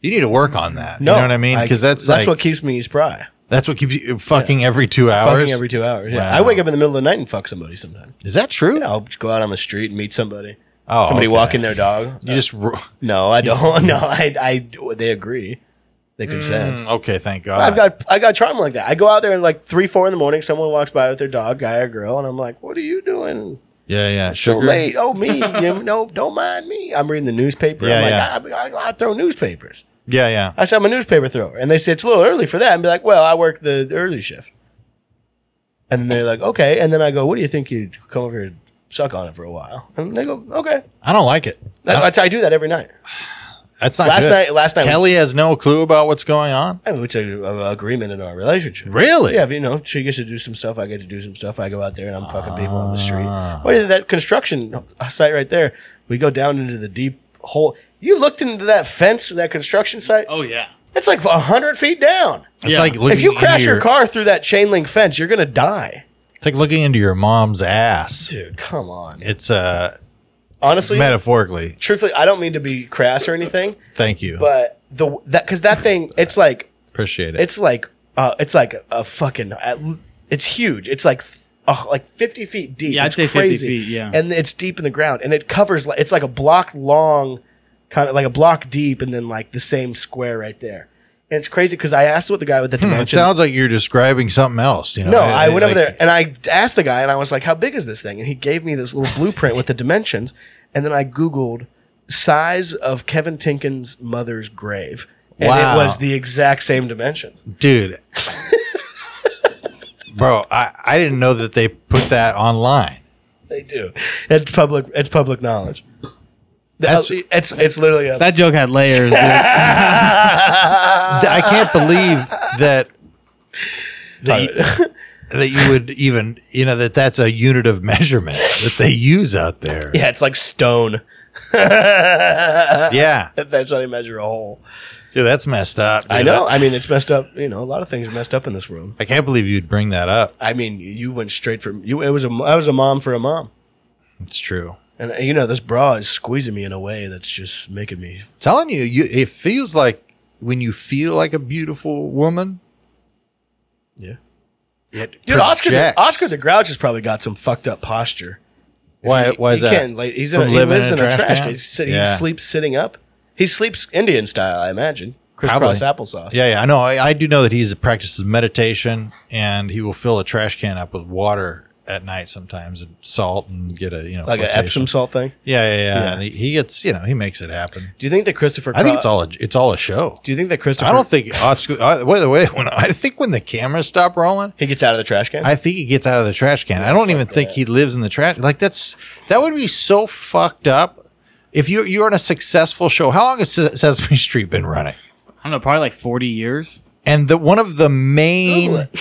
B: you need to work on that.
A: No,
B: you know what I mean? Because that's
A: that's
B: like,
A: what keeps me spry.
B: That's what keeps you fucking every two hours.
A: Fucking every two hours. Yeah,
B: Wow.
A: I wake up in the middle of the night and fuck somebody. Sometimes
B: Is that true?
A: I'll go out on the street and meet somebody.
B: Oh,
A: somebody
B: okay.
A: walking their dog.
B: You just ro-
A: No, I don't. No, I, I. They agree. They consent.
B: Mm, okay. Thank God.
A: I've got I got trauma like that. I go out there and like three, four in the morning, someone walks by with their dog, guy or girl, and I'm like, "What are you doing
B: yeah, yeah.
A: so
B: Sugar.
A: late? Oh me, you know, don't mind me. I'm reading the newspaper.
B: Yeah,
A: I'm
B: yeah.
A: like, I, I, I throw newspapers.
B: Yeah, yeah.
A: I said I'm a newspaper thrower, and they say it's a little early for that. And be like, well, I work the early shift. And then they're like, okay. And then I go, what do you think you would come over here and suck on it for a while? And they go, okay.
B: I don't like it.
A: That- I, I do that every night.
B: That's not
A: Last
B: good.
A: night, last night,
B: Kelly has no clue about what's going on.
A: I mean, it's an agreement in our relationship.
B: Really?
A: Yeah, but you know, she gets to do some stuff. I get to do some stuff. I go out there and I'm fucking people on the street.
B: Ah.
A: What is that construction site right there? We go down into the deep hole. You looked into that fence, that construction site.
C: Oh yeah.
A: It's like hundred feet down.
B: It's
C: Yeah.
B: like looking
A: if you
B: into
A: crash your car through that chain link fence, you're gonna die.
B: It's like looking into your mom's ass.
A: Dude, come on.
B: It's uh
A: Honestly,
B: metaphorically.
A: truthfully, I don't mean to be crass or anything,
B: Thank you.
A: but the that because that thing, it's like
B: Appreciate it.
A: it's like uh, it's like a fucking at l- it's huge. It's like uh, like fifty feet deep.
C: Yeah, I'd
A: It's
C: say 50
A: crazy.
C: feet, yeah.
A: and it's deep in the ground, and it covers like it's like a block long, kind of like a block deep, and then like the same square right there. And it's crazy because I asked what the guy with the
C: Hmm,
B: it
A: dimension.
B: sounds like you're describing something else. You know?
A: No, I, went over
B: like-
A: there and I asked the guy, and I was like, "How big is this thing?" And he gave me this little blueprint with the dimensions, and then I Googled size of Kevin Tinkin's mother's grave, and
B: Wow.
A: it was the exact same dimensions.
B: dude bro I, I didn't know that they put that online
A: They do. It's public. It's public knowledge. uh,
B: That's-
A: it's it's literally a,
C: That joke had layers. Dude.
B: Th- i can't believe that that you, that you would even you know that that's a unit of measurement that they use out there
A: yeah. It's like stone.
B: Yeah.
A: That's how they measure a hole.
B: Dude, that's messed up. dude.
A: I know. I mean, it's messed up. You know, a lot of things are messed up in this world.
B: I can't believe you'd bring that up.
A: I mean, you- you went straight from you. It was a I was a mom for a mom,
B: It's true.
A: and uh, you know this bra is squeezing me in a way that's just making me.
B: telling you, you it feels like when you feel like a beautiful woman.
A: Yeah.
B: It
A: Dude, Oscar the,
B: projects.
A: Oscar the Grouch has probably got some fucked up posture.
B: Why?
A: He-
B: why is
A: he
B: that?
A: can't, like, he's
B: uh, From
A: in a, he
B: living
A: lives in a trash, can. He's sit-
B: Yeah.
A: He sleeps sitting up. He sleeps Indian style, I imagine. Crisscross applesauce.
B: Yeah, yeah. I know. I, I do know that he practices meditation, and he will fill a trash can up with water at night sometimes, and salt, and get a you know
A: Like an
B: flotation.
A: Epsom salt thing.
B: Yeah, yeah, yeah.
A: Yeah.
B: And he, he gets you know he makes it happen.
A: Do you think that Christopher?
B: I think
A: Cro-
B: it's all a, it's all a show.
A: Do you think that Christopher?
B: I don't think uh, Oscar. I, by the way, when I think when the cameras stop rolling,
A: he gets out of the trash can.
B: I think he gets out of the trash can. I don't even think he lives in the trash. Like that's that would be so fucked up. If you you're on a successful show, how long has Se- Sesame Street been running?
C: I don't know, probably like 40 years.
B: And the one of the main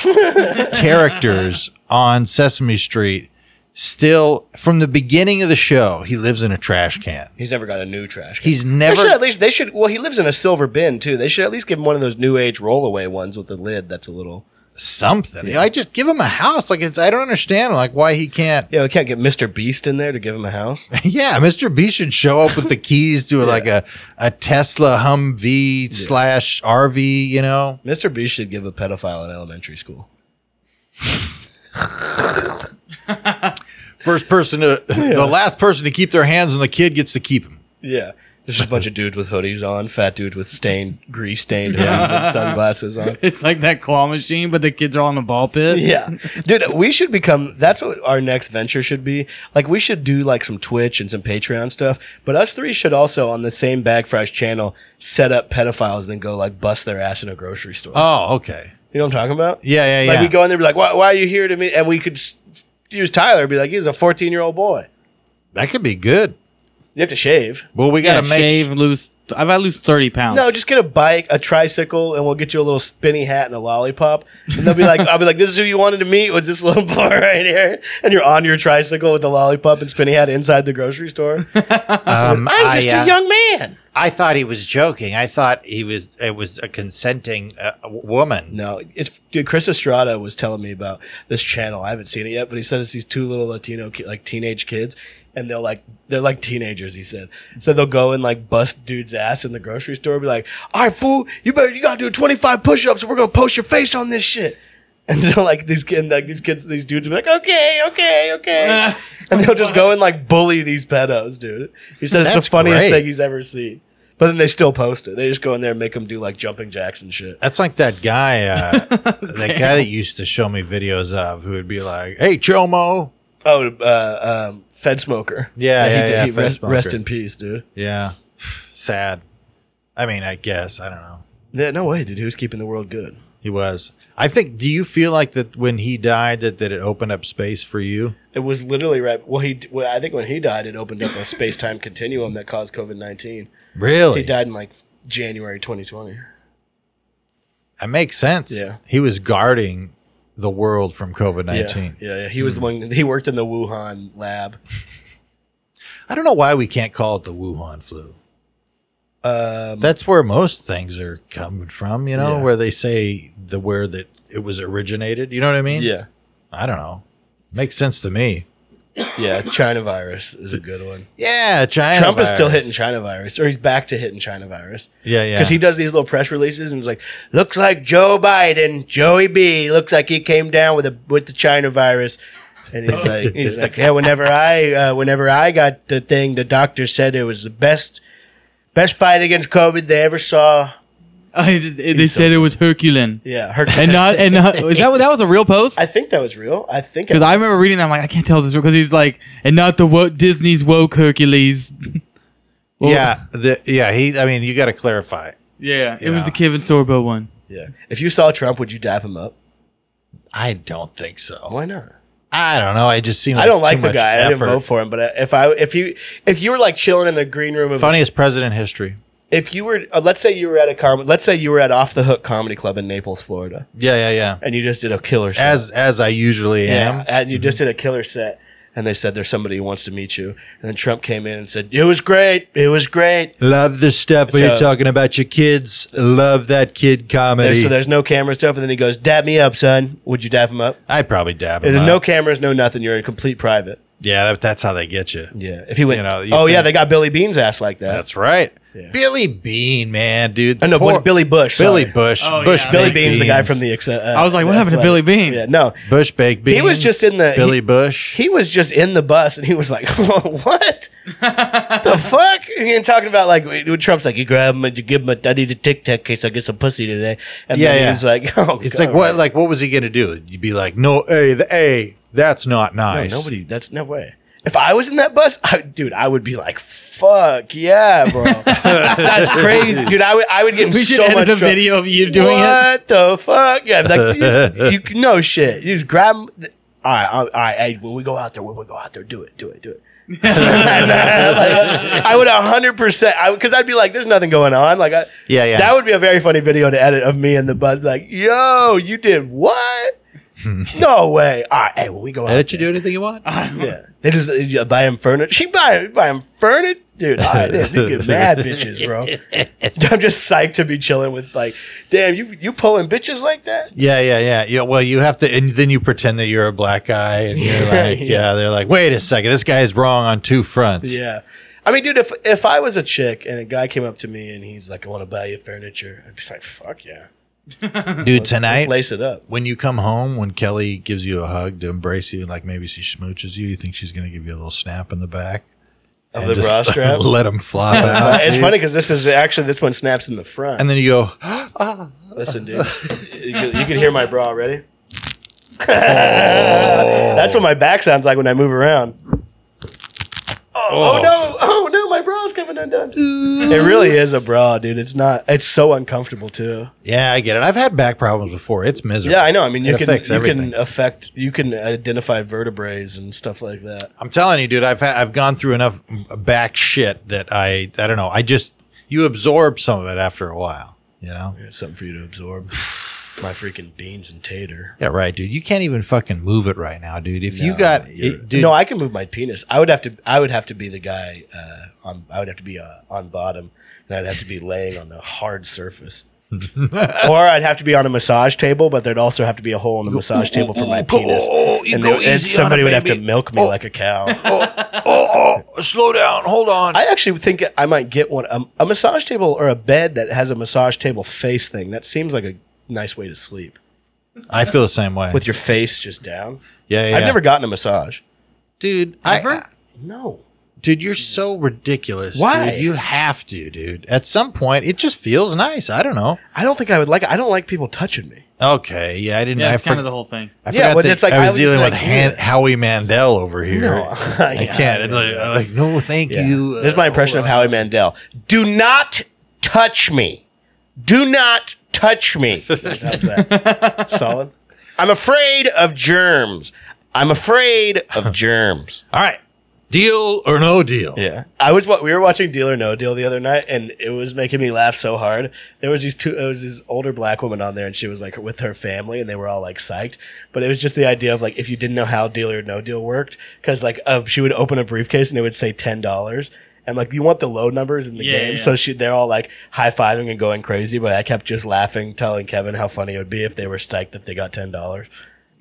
B: characters on Sesame Street still from the beginning of the show, he lives in a trash can.
A: he's never got a new trash can.
B: He's
A: They
B: never
A: should at least they should. Well, he lives in a silver bin too. They should at least give him one of those new age rollaway ones with the lid that's a little.
B: something. I just give him a house. Like it's I don't understand like why he can't
A: Yeah, we can't get Mr. Beast in there to give him a house.
B: Yeah, Mr. B should show up with the keys to like a, a Tesla Humvee slash RV, you know?
A: Mr. Beast should give a pedophile in elementary school.
B: First person to, the last person to keep their hands on the kid gets to keep him.
A: Yeah. There's just a bunch of dudes with hoodies on, fat dudes with stained, grease stained hoodies and sunglasses on.
C: It's like that claw machine, but the kids are on the ball pit.
A: Yeah. Dude, we should become that's what our next venture should be. Like we should do like some Twitch and some Patreon stuff, but us three should also on the same Bagfries channel set up pedophiles and go like bust their ass in a grocery store.
B: Oh, okay.
A: you know what I'm talking about?
B: Yeah, yeah,
A: Like
B: yeah.
A: we go in there and be like, why, why are you here to me? And we could s- use Tyler and be like, he's a 14 year old boy.
B: that could be good.
A: You have to shave.
B: Well, we
C: Yeah,
B: got to make.
C: shave, lose. I've got to lose 30 pounds.
A: No, just get a bike, a tricycle, and we'll get you a little spinny hat and a lollipop. And they'll be like, I'll be like, this is who you wanted to meet was this little boy right here. And you're on your tricycle with the lollipop and spinny hat inside the grocery store.
B: Um,
A: I'm just
B: uh,
A: a young man.
B: I thought he was joking. I thought he was. It was a consenting uh, w- woman.
A: No, it's dude. Chris Estrada was telling me about this channel. I haven't seen it yet, but he said it's these two little Latino, ki- like teenage kids, and they'll like they're like teenagers. He said so they'll go and like bust dude's ass in the grocery store, be like, "All right, fool, you better you gotta do twenty five push ups, or we're gonna post your face on this shit." And they're like these kids, like these kids, these dudes will be like, "Okay, okay, okay," and they'll just go and like bully these pedos, dude. He said it's
B: That's
A: the funniest
B: great.
A: thing he's ever seen. But then they still post it. They just go in there and make them do like jumping jacks and shit.
B: That's like that guy. Uh, that guy that used to show me videos of who would be like, "Hey, Chomo."
A: Oh, uh, um, Fed Smoker.
B: Yeah, yeah, yeah, Fed
A: rest,
B: Smoker.
A: rest in peace, dude.
B: Yeah. Sad. I mean, I guess. I don't know.
A: Yeah, no way, dude. He was keeping the world good.
B: He was. I think do you feel like that when he died that, that it opened up space for you?
A: It was literally right. Well, he. Well, I think when he died, it opened up a space time continuum that caused COVID nineteen.
B: Really?
A: He died in like January 2020.
B: That makes sense.
A: Yeah.
B: He was guarding the world from COVID
A: Yeah,
B: nineteen. Hmm.
A: yeah, yeah. He was the one. He worked in the Wuhan lab.
B: I don't know why we can't call it the Wuhan flu.
A: Um,
B: That's where most things are coming from, you know,
A: Yeah.
B: where they say the where that it was originated. You know what I mean?
A: yeah,
B: I don't know. Makes sense to me.
A: yeah. China virus is a good one.
B: Yeah, China.
A: Trump is still
B: virus.
A: hitting China virus, or he's back to hitting China virus.
B: Yeah, yeah.
A: Because he does these little press releases and he's like, looks like Joe Biden, Joey B, looks like he came down with a with the China virus. And he's like, he's like, yeah. Whenever I, uh, whenever I got the thing, the doctor said it was the best, best fight against COVID they ever saw.
C: I, they said it was Herculean.
A: Yeah, her-
C: And not, and not, is that, that was a real post?
A: I think that was real. I think it
C: Because I
A: was.
C: remember reading that, I'm like, I can't tell this because he's like, and not the woke Disney's woke Hercules.
B: yeah, the, yeah. He. I mean, you got to clarify.
C: Yeah, it
B: Yeah.
C: was the Kevin Sorbo one.
A: Yeah. If you saw Trump, would you dap him up?
B: I don't think so.
A: Why not?
B: I don't know. I just seem.
A: I don't
B: too
A: like the
B: much
A: guy. I didn't
B: effort.
A: vote for him. But I- if I, if you, if you were like chilling in the green room of a
B: Funniest president in history.
A: if you were uh, let's say you were at a com- let's say you were at off the hook comedy club in naples florida
B: Yeah, yeah, yeah.
A: and you just did a killer set
B: As as I usually
A: yeah,
B: am.
A: and you just did a killer set and they said there's somebody who wants to meet you. And then Trump came in and said, "It was great. It was great."
B: Love the stuff when
A: So-
B: you're talking about your kids. Love that kid
A: And
B: comedy.
A: so there's no camera and stuff. And then he goes, "Dab me up, son. Would you dab him up?"
B: I'd probably dab
A: And
B: him.
A: there's
B: Up.
A: no cameras, no nothing. You're in complete private.
B: yeah, that, that's how they get you.
A: Yeah. If he went,
B: You know, you
A: oh yeah,
B: think-
A: they got Billy Bean's ass like that.
B: That's right. Billy Bean, man, dude.
A: I know,
B: Poor-
A: but Billy Bush.
B: Billy
A: sorry.
B: Bush.
C: Oh,
B: Bush.
C: yeah.
A: Billy
B: Baked
A: Bean's the guy
B: Beans.
A: from the. ex- Uh,
C: I was like, what happened to
A: Athletic.
C: Billy Bean?
A: Yeah, no,
B: Bush baked beans.
A: He was just in the-
B: Billy
A: he-
B: Bush.
A: he was just in the bus and he was like, "What the fuck?" And talking about like when Trump's like, "You grab him and you give him a daddy to tic tac case. I get some pussy today." And
B: Yeah,
A: then
B: yeah.
A: he's like, "Oh,
B: it's
A: God."
B: like what? Like what was he gonna do? You'd be like, no, hey, the, hey, that's not
A: No,
B: nice.
A: nobody. That's no way." If I was in that bus, I, dude, I would be like, "Fuck yeah, bro, that's crazy, dude." I would, I would get in
C: We should
A: so
C: edit
A: much
C: a
A: trouble.
C: video of you doing it.
A: What the fuck? Yeah, like you, you no shit. You just grab. 'em. All right, all right. Hey, when we go out there, when we go out there, do it, do it, do it. I would hundred percent. I because I'd be like, there's nothing going on. Like, I,
B: Yeah, yeah.
A: that would be a very funny video to edit of me in the bus. Like, yo, you did what? no way. All right, hey, when we go out,
B: Did you do anything you want?
A: yeah. They just uh, you buy him furniture. She buy buy him furniture, dude. all right, damn, you get mad bitches, bro. I'm just psyched to be chilling with like, damn, you you pulling bitches like that?
B: Yeah, yeah, yeah. Yeah. Well, you have to, and then you pretend that you're a black guy, and you're like, yeah. They're like, wait a second, this guy is wrong on two fronts.
A: Yeah. I mean, dude, if if I was a chick and a guy came up to me and he's like, I want to buy you furniture, I'd be like, fuck yeah,
B: dude.
A: let's
B: Tonight,
A: lace it up.
B: when you come home, when Kelly gives you a hug to embrace you, like maybe she smooches you, you think she's gonna give you a little snap in the back
A: Of
B: and
A: the
B: just
A: bra strap.
B: let him flop out.
A: it's
B: dude.
A: funny because this is actually this one snaps in the front.
B: And then you go,
A: Listen, dude, you, can- you can hear my bra already. That's what my back sounds like when I move around. Oh, oh no! Oh no! My bra's coming undone. It really is a bra, dude. It's not. It's so uncomfortable too.
B: yeah, I get it. I've had back problems before. It's miserable.
A: Yeah, I know. I mean, you
B: It
A: can
B: affects
A: you
B: everything.
A: can affect you can identify vertebrae and stuff like that.
B: I'm telling you, dude, I've had, I've gone through enough back shit that I I don't know. I just you absorb some of it after a while, you know.
A: It's something for you to absorb. My freaking beans and tater.
B: Yeah, right, dude. You can't even fucking move it right now, dude. If you got, it, dude,
A: No, I can move my penis. I would have to. I would have to be the guy uh, on. I would have to be uh, on bottom, and I'd have to be laying on the hard surface. or I'd have to be on a massage table, but there'd also have to be a hole in the massage table for my
B: ooh, go-
A: penis.
B: oh, oh, you
A: and
B: go
A: they- and
B: easy on
A: somebody
B: it,
A: would have to
B: baby.
A: milk me like a cow.
B: oh, oh, slow down, hold on.
A: I actually think I might get one a, a massage table or a bed that has a massage table face thing. That seems like a nice way to sleep
B: I feel the same way.
A: with your face just down.
B: yeah, yeah,
A: I've
B: yeah.
A: never gotten a massage.
B: dude. I,
C: Ever?
A: No.
B: dude, you're so ridiculous.
A: Why?
B: dude. You have to, dude. At some point, it just feels nice. I don't know.
A: I don't think I would like it. I don't like people touching me.
B: Okay, yeah, I didn't.
C: Yeah,
B: I,
C: that's
B: for-
C: kind of the whole thing.
B: I
A: Yeah,
B: forgot
A: but
B: that
A: it's like,
B: I was
A: I was
B: dealing
A: like,
B: with Han-
A: yeah.
B: Howie Mandel over here.
A: No.
B: I
A: Yeah, uh,
B: can't.
A: yeah,
B: like, like, no, thank
A: Yeah.
B: you.
A: This is my impression of Howie Mandel. Do not touch me. Do not touch me. How's that? Solid. I'm afraid of germs. I'm afraid of germs.
B: All right, deal or no deal.
A: Yeah. I was what we were watching Deal or No Deal the other night and it was making me laugh so hard. There was these two it was this older black woman on there and she was like with her family and they were all like psyched. But it was just the idea of like if you didn't know how Deal or No Deal worked cuz like uh, she would open a briefcase and it would say $10 and like you want the low numbers in the
C: Yeah,
A: game
C: yeah.
A: so she they're all like high-fiving and going crazy but I kept just laughing telling Kevin how funny it would be if they were psyched that they got $10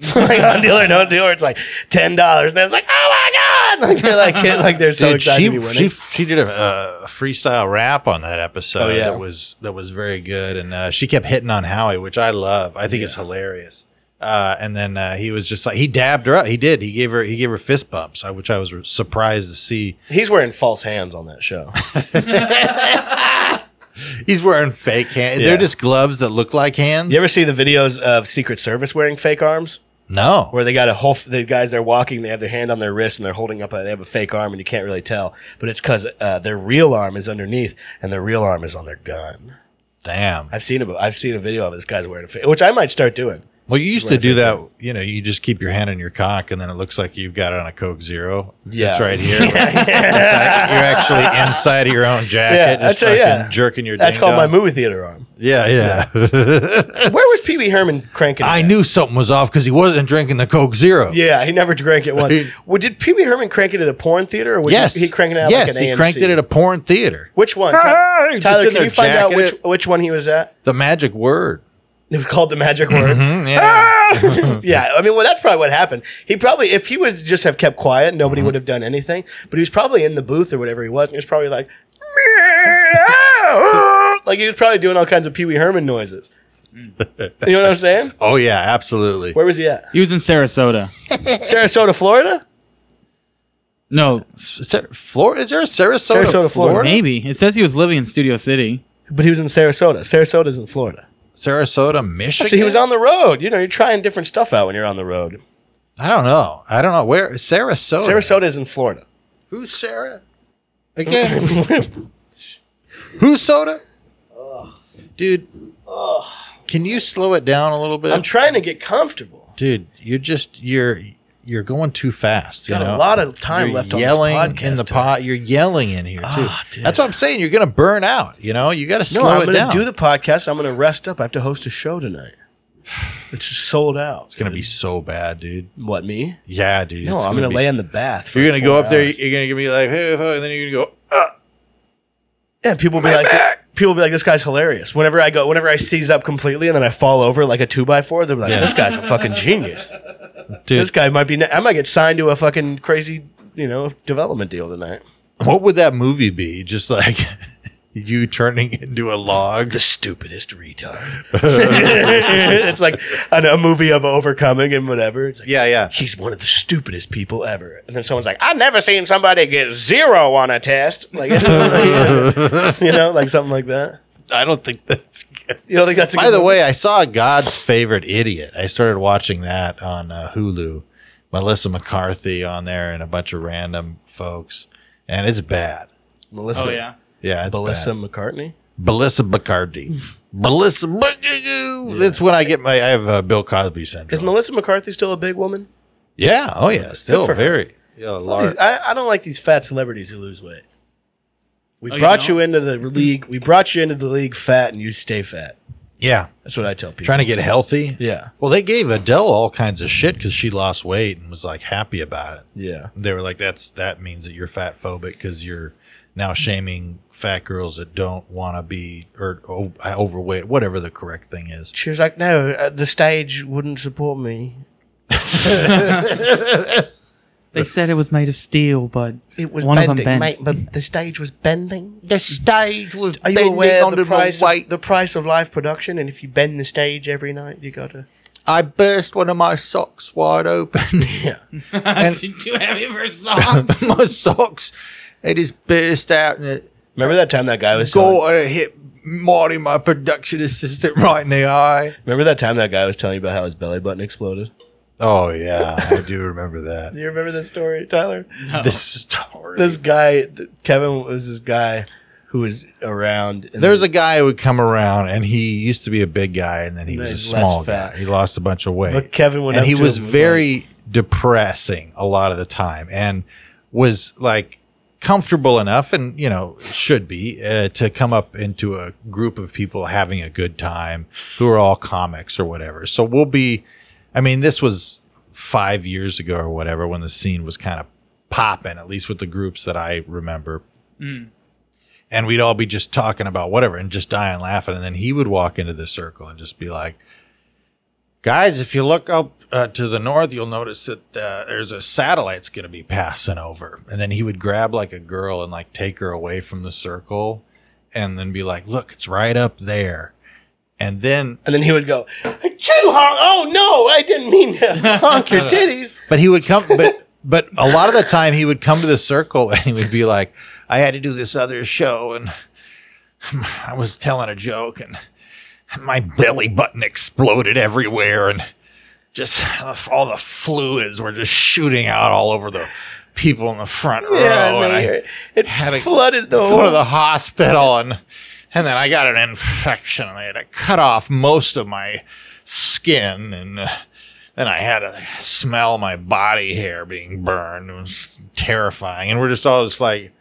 A: like on deal or no deal, where it's like ten dollars, and it's like, oh my god! Like they're like, kid- like they're so
B: Dude,
A: excited to be
B: she,
A: winning.
B: she she did a uh, freestyle rap on that episode.
A: Oh, yeah.
B: that was that was very good, and uh, she kept hitting on Howie, which I love. I think it's hilarious. Uh, and then uh, he was just like he dabbed her up. He did. He gave her he gave her fist bumps, I- which I was surprised to see.
A: He's wearing false hands on that show.
B: He's wearing fake hands.
A: Yeah.
B: They're just gloves that look like hands.
A: You ever see the videos of Secret Service wearing fake arms,
B: no.
A: where they got a whole f- the guys they're walking, they have their hand on their wrist and they're holding up, a, they have a fake arm, and you can't really tell, but it's because uh, their real arm is underneath and their real arm is on their gun.
B: Damn.
A: I've seen a, I've seen a video of this guy's wearing a fake, which I might start doing.
B: Well, you used
A: Right,
B: to do
A: right,
B: that. You know, you just keep your hand on your cock, and then it looks like you've got it on a Coke Zero.
A: Yeah.
B: it's right here. It's like you're actually inside of your own jacket,
A: Yeah,
B: just
A: that's-
B: fucking
A: yeah.
B: jerking your.
A: That's
B: ding
A: called my
B: dong.
A: movie theater arm.
B: Yeah, yeah.
A: Where was Pee Wee Herman cranking?
B: I
A: it?
B: knew something was off because he wasn't drinking the Coke Zero.
A: Yeah, he never drank it once. well, did Pee Wee Herman crank it at a porn theater, or was
B: Yes,
A: he, he cranked it out
B: Yes,
A: like an
B: he
A: AMC?
B: cranked it at a porn theater.
A: Which one?
B: Hey, just
A: Tyler,
B: in
A: can
B: their
A: you find out which,
B: jacket.
A: which one he was at?
B: The magic word.
A: It was called the magic word.
B: Mm,
A: Ah!
B: yeah.
A: Mm-hmm. Yeah, I mean, well, that's probably what happened. He probably, if he was to just have kept quiet,
B: Mm-hmm.
A: nobody would have done anything. But he was probably in the booth or whatever he was. And he was probably like, like he was probably doing all kinds of Pee Wee Herman noises. you know what I'm saying?
B: Oh yeah, absolutely.
A: Where was he at?
C: He was in Sarasota.
A: Sarasota, Florida.
C: No,
B: Sar- Florida? Is there a Sarasota,
A: Sarasota, Florida.
B: Florida?
C: maybe. It says he was living in Studio City.
A: But he was in Sarasota. Sarasota's in Florida.
B: Sarasota, Michigan.
A: So he was on the road. You know, you're trying different stuff out when you're on the road.
B: I don't know. I don't know where Sarasota.
A: Sarasota is in Florida.
B: Who's Sarah? Again. Who's soda? Dude. Can you slow it down a little bit?
A: I'm trying to get comfortable.
B: Dude, you're just you're you're going too fast. You
A: Got a
B: know?
A: lot of time
B: You're
A: left on this
B: yelling
A: podcast
B: in the
A: tonight.
B: pot. You're yelling in here too.
A: Ah, dude.
B: That's what I'm saying. You're gonna burn out. You know, you got to
A: No,
B: slow
A: I'm
B: it
A: going
B: down.
A: to do the podcast. I'm going to rest up. I have to host a show tonight. It's just sold out.
B: it's gonna be so bad, dude.
A: what me?
B: Yeah, dude.
A: No,
B: it's
A: I'm going
B: be-
A: to lay in the bath. for
B: You're gonna
A: four
B: go up there.
A: hours.
B: You're gonna be like, hey, fuck," and then you're gonna go.
A: Yeah, people will be like, people will be like, this guy's hilarious. Whenever I go, whenever I seize up completely and then I fall over like a two by four, they're like,
B: Yeah.
A: this guy's a fucking genius.
B: Dude.
A: This guy might be. ne- I might get signed to a fucking crazy, you know, development deal tonight.
B: What would that movie be? Just like you turning into a log.
A: The stupidest retard. it's like an, a movie of overcoming and whatever. It's like,
B: Yeah, yeah.
A: he's one of the stupidest people ever. And then someone's like, I've never seen somebody get zero on a test. Like, you know, like something like that.
B: I don't think that's. Good.
A: You don't think that's a
B: By
A: good
B: the
A: movie?
B: way, I saw God's favorite idiot. I started watching that on uh, Hulu. Melissa McCarthy on there and a bunch of random folks, and it's bad.
C: Oh,
A: Melissa,
B: Yeah, it's
A: Melissa
B: bad. Oh.
A: McCartney?
B: Melissa McCarthy. Melissa. That's when I get my. I have uh, Bill Cosby
A: Is
B: syndrome.
A: Melissa McCarthy still a big woman?
B: yeah. Oh yeah. Still
A: for her.
B: very. Yeah, large.
A: I, I don't like these fat celebrities who lose weight. We
C: Oh, you
A: brought
C: don't?
A: you, into the league. We brought you into the league fat, and you stay fat.
B: Yeah.
A: That's what I tell people.
B: Trying to get healthy.
A: yeah,
B: Well, they gave Adele all kinds of shit because she lost weight and was like happy about it.
A: yeah.
B: They were like, "That's that means that you're fat phobic because you're now shaming fat girls that don't want to be or o- overweight, whatever the correct thing is."
A: She was like, "No, uh, the stage wouldn't support me.
C: They said it was made of steel, but
A: It was
C: one
A: bending,
C: of them bent.
A: mate. But the stage was bending.
B: The stage was
A: Are you aware of the price of, the price of live production? And if you bend the stage every night, you gotta.
B: I burst one of my socks wide open.
A: Yeah.
C: too heavy for song.
B: my socks, it just burst out and it
A: Remember that time that guy was telling,
B: go and it hit Marty, my production assistant, right in the eye.
A: Remember that time that guy was telling you about how his belly button exploded?
B: Oh yeah, I do remember that.
A: Do you remember that story, Tyler?
B: This story.
A: This guy, th- Kevin, was this guy who was around. and
B: There's a guy who would come around, and he used to be a big guy, and then he was a
A: He's less
B: small
A: fat.
B: guy. He lost a bunch of weight.
A: But Kevin went
B: and
A: up
B: he
A: to
B: was
A: him and was
B: very depressing a lot of the time, and was like comfortable enough, and you know should be uh, to come up into a group of people having a good time who are all comics or whatever. So we'll be. I mean, this was five years ago or whatever when the scene was kind of popping, at least with the groups that I remember
C: Mm.
B: and we'd all be just talking about whatever and just dying laughing. And then he would walk into the circle and just be like, "Guys, if you look up uh, to the north, you'll notice that uh, there's a satellite's going to be passing over." And then he would grab like a girl and like take her away from the circle, and then be like, "Look, it's right up there." And then,
A: And then he would go, too honk. Oh no, I didn't mean to honk your titties.
B: but he would come, but. But a lot of the time he would come to the circle and he would be like, I had to do this other show and I was telling a joke and my belly button exploded everywhere and just all the fluids were just shooting out all over the people in the front row
A: Yeah, and
B: and
A: then
B: I
A: he- it
B: had a-
A: flooded the
B: go to
A: whole
B: the hospital and And then I got an infection and I had to cut off most of my skin. And uh, then I had to smell my body hair being burned. It was terrifying. And we're just all just like,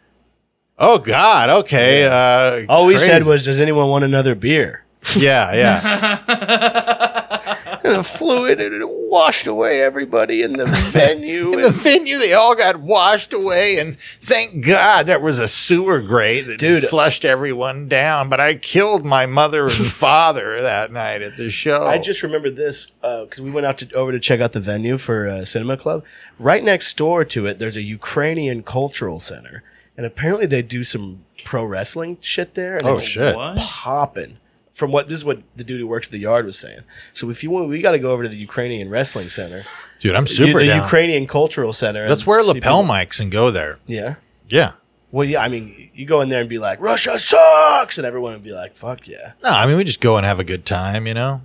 B: oh God, okay. Uh,
A: All we said
B: crazy."
A: was, "Does anyone want another beer?"
B: yeah, yeah.
A: And the fluid it washed away everybody in the venue.
B: In the venue, they all got washed away. And thank God there was a sewer grate that
A: Dude.
B: flushed everyone down. But I killed my mother and father that night at the show.
A: I just remembered this because we went out to over to check out the venue for uh, Cinema Club. Right next door to it, there's a Ukrainian cultural center, and apparently they do some pro wrestling shit there. And
B: Oh,
A: it's
B: shit.
C: What?
A: Popping. From what this is what the dude who works at the yard was saying. So if you want, we got to go over to the Ukrainian Wrestling Center,
B: Dude, I'm
A: the,
B: super
A: the
B: down.
A: Ukrainian Cultural Center.
B: Let's
A: and
B: wear
A: see
B: lapel
A: people-
B: mics and go there.
A: Yeah.
B: Yeah.
A: Well, yeah. I mean, you go in there and be like, Russia sucks, and everyone would be like, "Fuck yeah."
B: No, I mean we just go and have a good time, you know.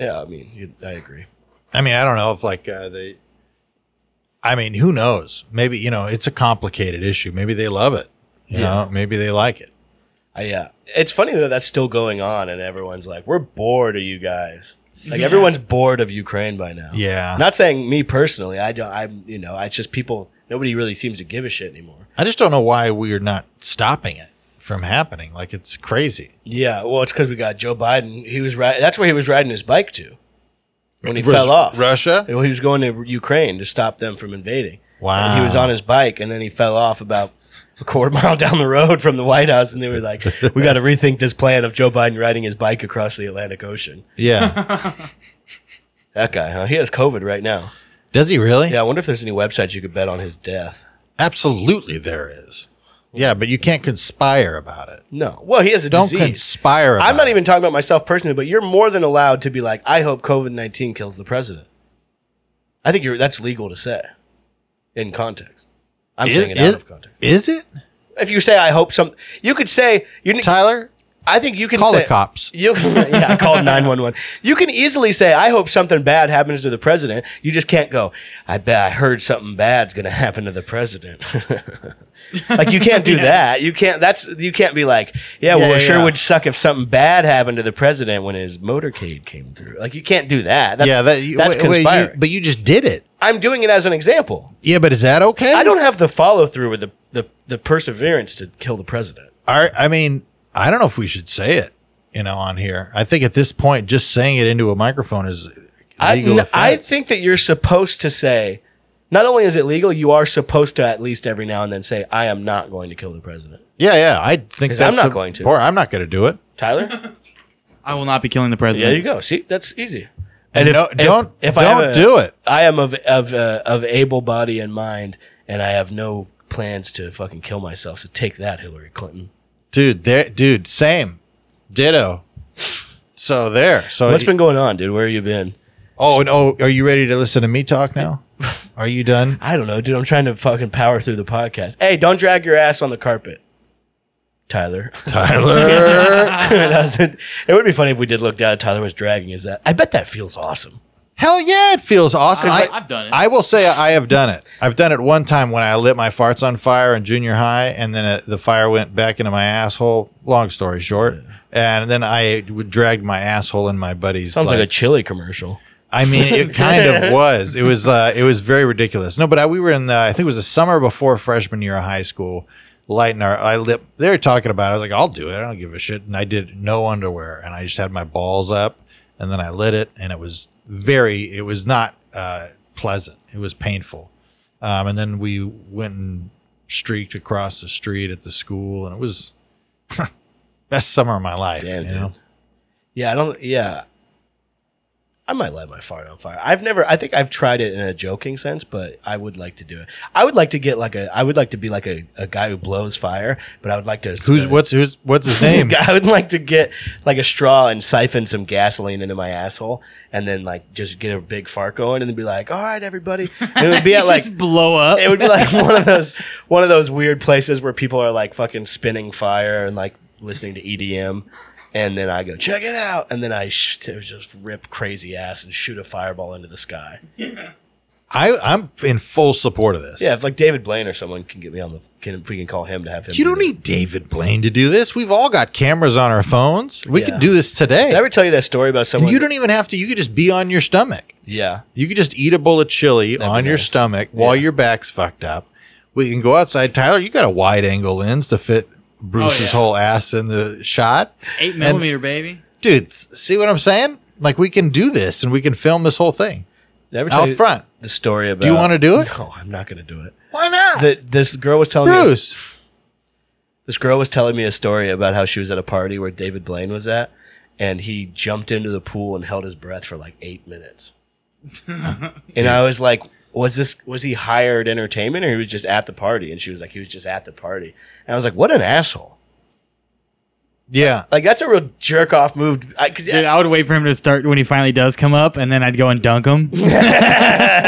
A: Yeah. I mean, you, I agree.
B: I mean, I don't know if like uh, they. I mean, who knows? Maybe you know it's a complicated issue. Maybe they love it. You
A: Yeah.
B: know, maybe they like it.
A: I, yeah, it's funny that that's still going on, and everyone's like, "We're bored of you guys." Like everyone's bored of Ukraine by now.
B: Yeah.
A: Not saying me personally. I don't. I'm. You know. It's just people. Nobody really seems to give a shit anymore.
B: I just don't know why we're not stopping it from happening. Like it's crazy.
A: Yeah. Well, it's because we got Joe Biden. He was right. That's where he was riding his bike to when he
B: Rus-
A: fell off.
B: Russia.
A: He was going to Ukraine to stop them from invading.
B: Wow.
A: And he was on his bike, and then he fell off about a quarter mile down the road from the White House, and they were like, "We got to rethink this plan of Joe Biden riding his bike across the Atlantic Ocean."
B: Yeah.
A: That guy, huh? He has COVID right now.
B: Does he really?
A: Yeah, I wonder if there's any websites you could bet on his death.
B: Absolutely, there is. Yeah, but you can't conspire about it.
A: No. Well, he has a
B: Don't
A: disease.
B: conspire. About
A: I'm not
B: it.
A: even talking about myself personally, but you're more than allowed to be like, I hope COVID 19 kills the president. I think you're, that's legal to say in context. I'm saying it out of context.
B: Is it
A: If you say, I hope some, you could say, you, n-
B: Tyler?
A: I think you can
B: Call
A: say,
B: the cops.
A: You, yeah, call 911. You can easily say, I hope something bad happens to the president. You just can't go, I bet I heard something bad's going to happen to the president. like, you can't do that. You can't, that's, you can't be like, yeah, well,
B: Yeah,
A: it sure
B: yeah.
A: would suck if something bad happened to the president when his motorcade came through. Like, you can't do that. That's,
B: yeah, that, you-
A: that's
B: wait, wait, you-
A: conspiring.
B: but you just did it.
A: I'm doing it as an example.
B: Yeah, but is that okay?
A: I don't have the follow through or the, the, the perseverance to kill the president.
B: I, I mean, I don't know if we should say it, you know, on here. I think at this point, just saying it into a microphone is
A: I,
B: legal.
A: n- I
B: offense.
A: think that you're supposed to say, not only is it legal, you are supposed to at least every now and then say, I am not going to kill the president.
B: Yeah, yeah. I think
A: 'Cause
B: that's
A: I'm not
B: a-
A: going to.
B: Or I'm not going to do it.
A: Tyler?
C: I will not be killing the president.
A: there you go. See, that's easy.
B: And, no, don't
A: I have
B: don't
A: a-
B: do it.
A: I am of of uh, of able body and mind, and I have no plans to fucking kill myself. So take that, Hillary Clinton.
B: Dude, there dude, same. Ditto. So there. So
A: What's been going on, dude? Where have you been?
B: Oh, and oh, are you ready to listen to me talk now? Are you done?
A: I don't know, dude. I'm trying to fucking power through the podcast. Hey, don't drag your ass on the carpet, Tyler.
B: Tyler.
A: That was it. It would be funny if we did look down and Tyler was dragging his ass. I bet that feels awesome.
B: Hell yeah, it feels awesome.
C: I-
B: I,
C: I've done it.
B: I will say I have done it. I've done it one time when I lit my farts on fire in junior high, and then uh the fire went back into my asshole. Long story short, and then I would dragged my asshole in my buddy's.
A: Sounds like,
B: like
A: a chili commercial.
B: I mean, it kind of was. It was uh, it was very ridiculous. No, but I, we were in the, I think it was the summer before freshman year of high school. Lighting our, I lip. They were talking about. it. I was like, I'll do it. I don't give a shit. And I did no underwear, and I just had my balls up, and then I lit it, and it was very. It was not uh, pleasant. It was painful. Um, and then we went and streaked across the street at the school, and it was best summer of my life.
A: Damn,
B: you
A: dude.
B: know?
A: Yeah, I don't. Yeah, I might light my fart on fire. I've never. I think I've tried it in a joking sense, but I would like to do it. I would like to get like a. I would like to be like a, a guy who blows fire, but I would like to. uh,
B: Who's what's who's what's his name?
A: I would like to get like a straw and siphon some gasoline into my asshole, and then like just get a big fart going, and then be like, "All right, everybody." And it would be at like
C: Just blow up.
A: it would be like one of those one of those weird places where people are like fucking spinning fire and like listening to EDM. And then I go check it out, and then I sh- just rip crazy ass and shoot a fireball into the sky.
B: I, I'm in full support of this.
A: Yeah, if like David Blaine or someone can get me on the can if we can call him to have him.
B: You
A: do
B: don't
A: that.
B: need David Blaine to do this. We've all got cameras on our phones. We
A: Yeah.
B: could do this today.
A: Did I ever tell you that story about
B: And
A: someone?
B: you don't even have to. You could just be on your stomach.
A: Yeah,
B: You could just eat a bowl of chili
A: be
B: on your
A: nice.
B: stomach while your back's fucked up. We can go outside. Tyler, you got a wide angle lens to fit Bruce's
C: yeah.
B: whole ass in the shot.
C: Eight millimeter, baby.
B: Dude, th- see what I'm saying? Like, we can do this and we can film this whole thing.
A: Did I ever tell
B: Out
A: you
B: front.
A: The story about.
B: you wanna do it?
A: No, I'm not going to do it.
B: Why not?
A: That this girl was telling me. This,
B: Bruce.
A: this girl was telling me a story about how she was at a party where David Blaine was at, and he jumped into the pool and held his breath for like eight minutes. and I was like, "Was this? Was he hired entertainment, or he was just at the party?" And she was like, "He was just at the party." And I was like, "What an asshole!"
B: Yeah.
A: Like that's a real jerk off move. I, 'cause
C: Dude, I would wait for him to start when he finally does come up, and then I'd go and dunk him.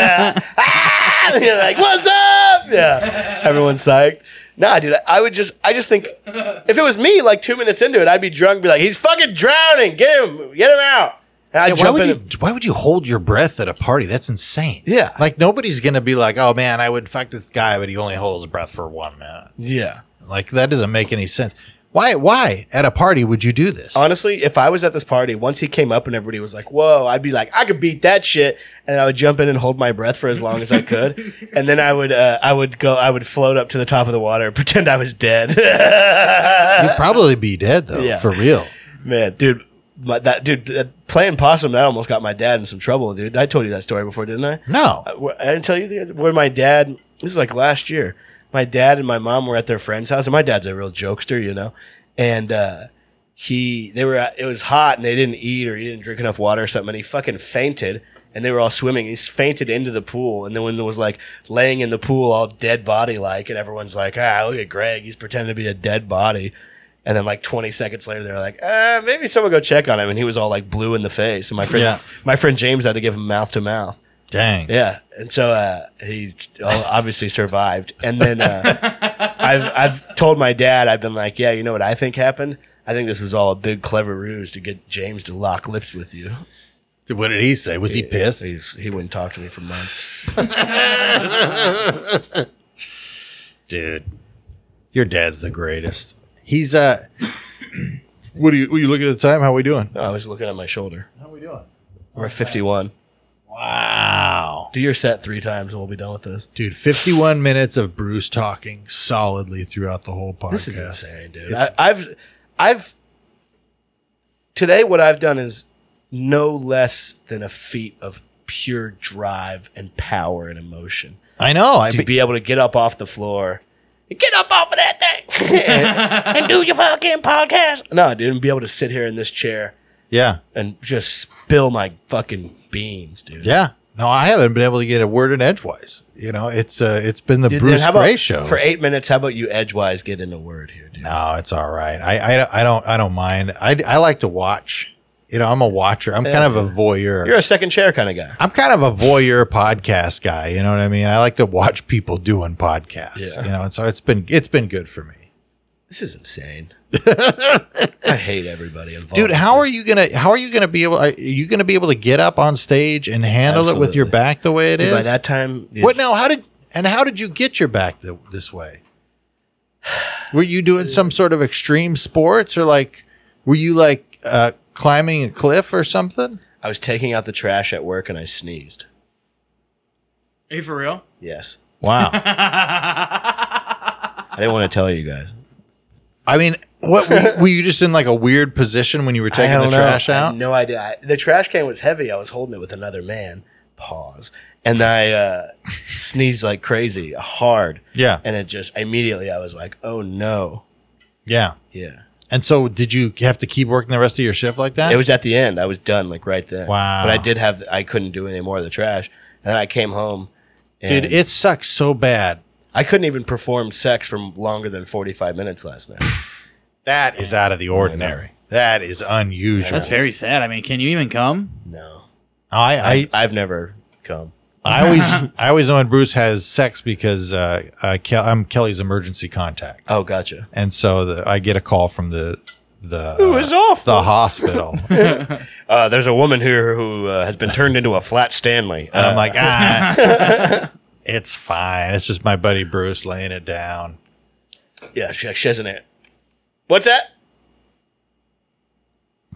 A: And you're like, "What's up?" Yeah, everyone's psyched. Nah, dude, I, I would just, I just think if it was me, like two minutes into it, I'd be drunk, be like, "He's fucking drowning! Get him! Get him out!" And I'd
B: Yeah, why
A: jump in.
B: would you?
A: and-
B: Why would you hold your breath at a party? That's insane.
A: Yeah.
B: like nobody's gonna be like, "Oh man, I would fuck this guy, but he only holds his breath for one minute."
A: yeah.
B: Like that doesn't make any sense. Why? Why at a party would you do this?
A: Honestly, if I was at this party, once he came up and everybody was like, "Whoa," I'd be like, "I could beat that shit," and I would jump in and hold my breath for as long as I could, and then I would, uh, I would go, I would float up to the top of the water, and pretend I was dead.
B: You'd probably be dead though,
A: Yeah.
B: for real.
A: Man, dude, my, that dude that playing possum that almost got my dad in some trouble, dude. I told you that story before, didn't I?
B: No,
A: I, wh- I didn't tell you the other, where my dad. This is like last year. My dad and my mom were at their friend's house, and my dad's a real jokester, you know. And uh, he, they were. at- It was hot, and they didn't eat or he didn't drink enough water or something. And he fucking fainted, and they were all swimming. He's fainted into the pool, and then when it was like laying in the pool, all dead body like, and everyone's like, "Ah, look at Greg. He's pretending to be a dead body." And then like 20 seconds later, they're like, uh, maybe someone go check on him. And he was all like blue in the face. And my friend,
B: Yeah.
A: my friend James had to give him mouth to mouth.
B: dang.
A: Yeah, and so uh, he uh, obviously survived. And then uh, I've I've told my dad I've been like, yeah, you know what I think happened? I think this was all a big clever ruse to get James to lock lips with you.
B: What did he say? Was he pissed?
A: He's, he wouldn't talk to me for months.
B: Dude, your dad's the greatest. He's uh. what do you? What you looking at the time? How we doing?
A: No, Oh, I was looking at my shoulder.
B: How we doing?
A: We're at 51.
B: Wow.
A: Do your set three times and we'll be done with this.
B: Dude, 51 minutes of Bruce talking solidly throughout the whole podcast.
A: This is insane, dude. I,
B: It's-
A: I've, I've, today what I've done is no less than a feat of pure drive and power and emotion.
B: I know. I
A: to
B: be,
A: be able to get up off the floor. Get up off of that thing and, and do your fucking podcast. No, dude, and be able to sit here in this chair
B: yeah,
A: and just spill my fucking beans, dude.
B: yeah. No, I haven't been able to get a word in edgewise. You know, it's uh, it's been the
A: Dude, then
B: Bruce
A: how about-
B: Gray show.
A: For eight minutes, how about you edgewise get in a word here, dude?
B: no, it's all right. I, I don't- I don't I don't mind. I I like to watch. You know, I'm a watcher. I'm kind of a voyeur.
A: You're a second chair kind of guy.
B: I'm kind of a voyeur podcast guy. You know what I mean? I like to watch people doing podcasts.
A: Yeah.
B: You know, and so it's been it's been good for me.
A: This is insane. I hate everybody involved.
B: dude how are you gonna how are you gonna be able are you gonna be able to get up on stage and handle it with your
A: Absolutely.
B: back the way it is?
A: By that time,
B: what now how did and how did you get your back th- this way were you doing some sort of extreme sports or like were you like uh climbing a cliff or something
A: I was taking out the trash at work and I sneezed.
C: Are you for real?
A: Yes.
B: wow
A: I didn't want to tell you guys.
B: i mean what were you, were you just in like a weird position when you were taking the
A: don't know.
B: trash
A: I
B: out
A: had no idea. I, the trash can was heavy. I was holding it with another man. Pause. And I uh, sneezed like crazy, hard.
B: yeah
A: And it just immediately I was like, oh no.
B: yeah
A: Yeah.
B: and so did you have to keep working the rest of your shift like that
A: It was at the end. I was done like right then.
B: Wow.
A: But I did have, I couldn't do any more of the trash. And then I came home. And
B: dude it sucks so bad
A: I couldn't even perform sex for longer than 45 minutes last night.
B: That is out of the ordinary. That is unusual.
C: That's very sad. I mean, can you even come?
A: No.
B: I, I,
A: I've never come.
B: I always I always know when Bruce has sex because uh, uh, Kel- I'm Kelly's emergency contact,
A: Oh, gotcha.
B: and so the, I get a call from the the uh,
A: It was awful.
B: the hospital.
A: Uh, there's a woman here who uh, has been turned into a flat Stanley.
B: And I'm like, ah, it's fine. It's just my buddy Bruce laying it down.
A: yeah, she, she has an. What's that?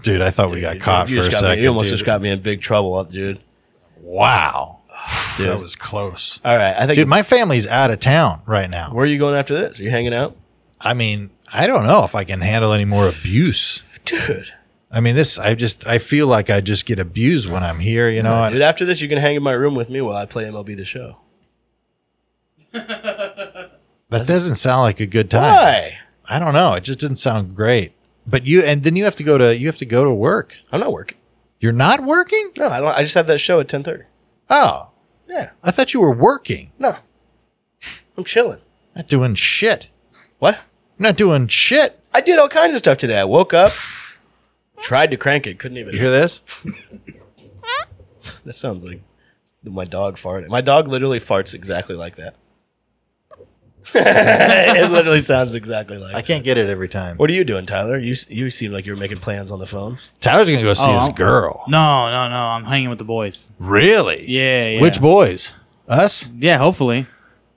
B: Dude, I thought we got caught
A: you
B: for a
A: just got me-
B: second.
A: you almost
B: dude.
A: just got me in big trouble, dude.
B: wow. That was close.
A: All right, I think.
B: Dude, my family's out of town right now.
A: where are you going after this? Are you hanging out,
B: I mean, I don't know if I can handle any more abuse.
A: dude?
B: I mean, this, I just, I feel like I just get abused when I'm here, you know?
A: Dude, after this, you can hang in my room with me while I play MLB the Show.
B: that doesn't sound like a good time.
A: Why?
B: I don't know. It just didn't sound great. But you, and then you have to go to, you have to go to work.
A: I'm not working.
B: You're not working?
A: No, I don't. I just have that show at 10:30.
B: Oh,
A: Yeah,
B: I thought you were working.
A: no, I'm chilling.
B: Not doing shit.
A: What?
B: Not doing shit.
A: I did all kinds of stuff today. I woke up, tried to crank it, couldn't
B: You
A: even.
B: hear this?
A: That sounds like my dog farted. My dog literally farts exactly like that. it literally sounds exactly like.
B: I
A: that.
B: can't get it every time.
A: What are you doing, Tyler? You you seem like you were making plans on the phone.
B: Tyler's gonna go see
C: Oh,
B: his
C: I'm-
B: girl.
C: No, no, no. I'm hanging with the boys.
B: Really?
C: Yeah, yeah.
B: Which boys? Us?
C: Yeah, hopefully.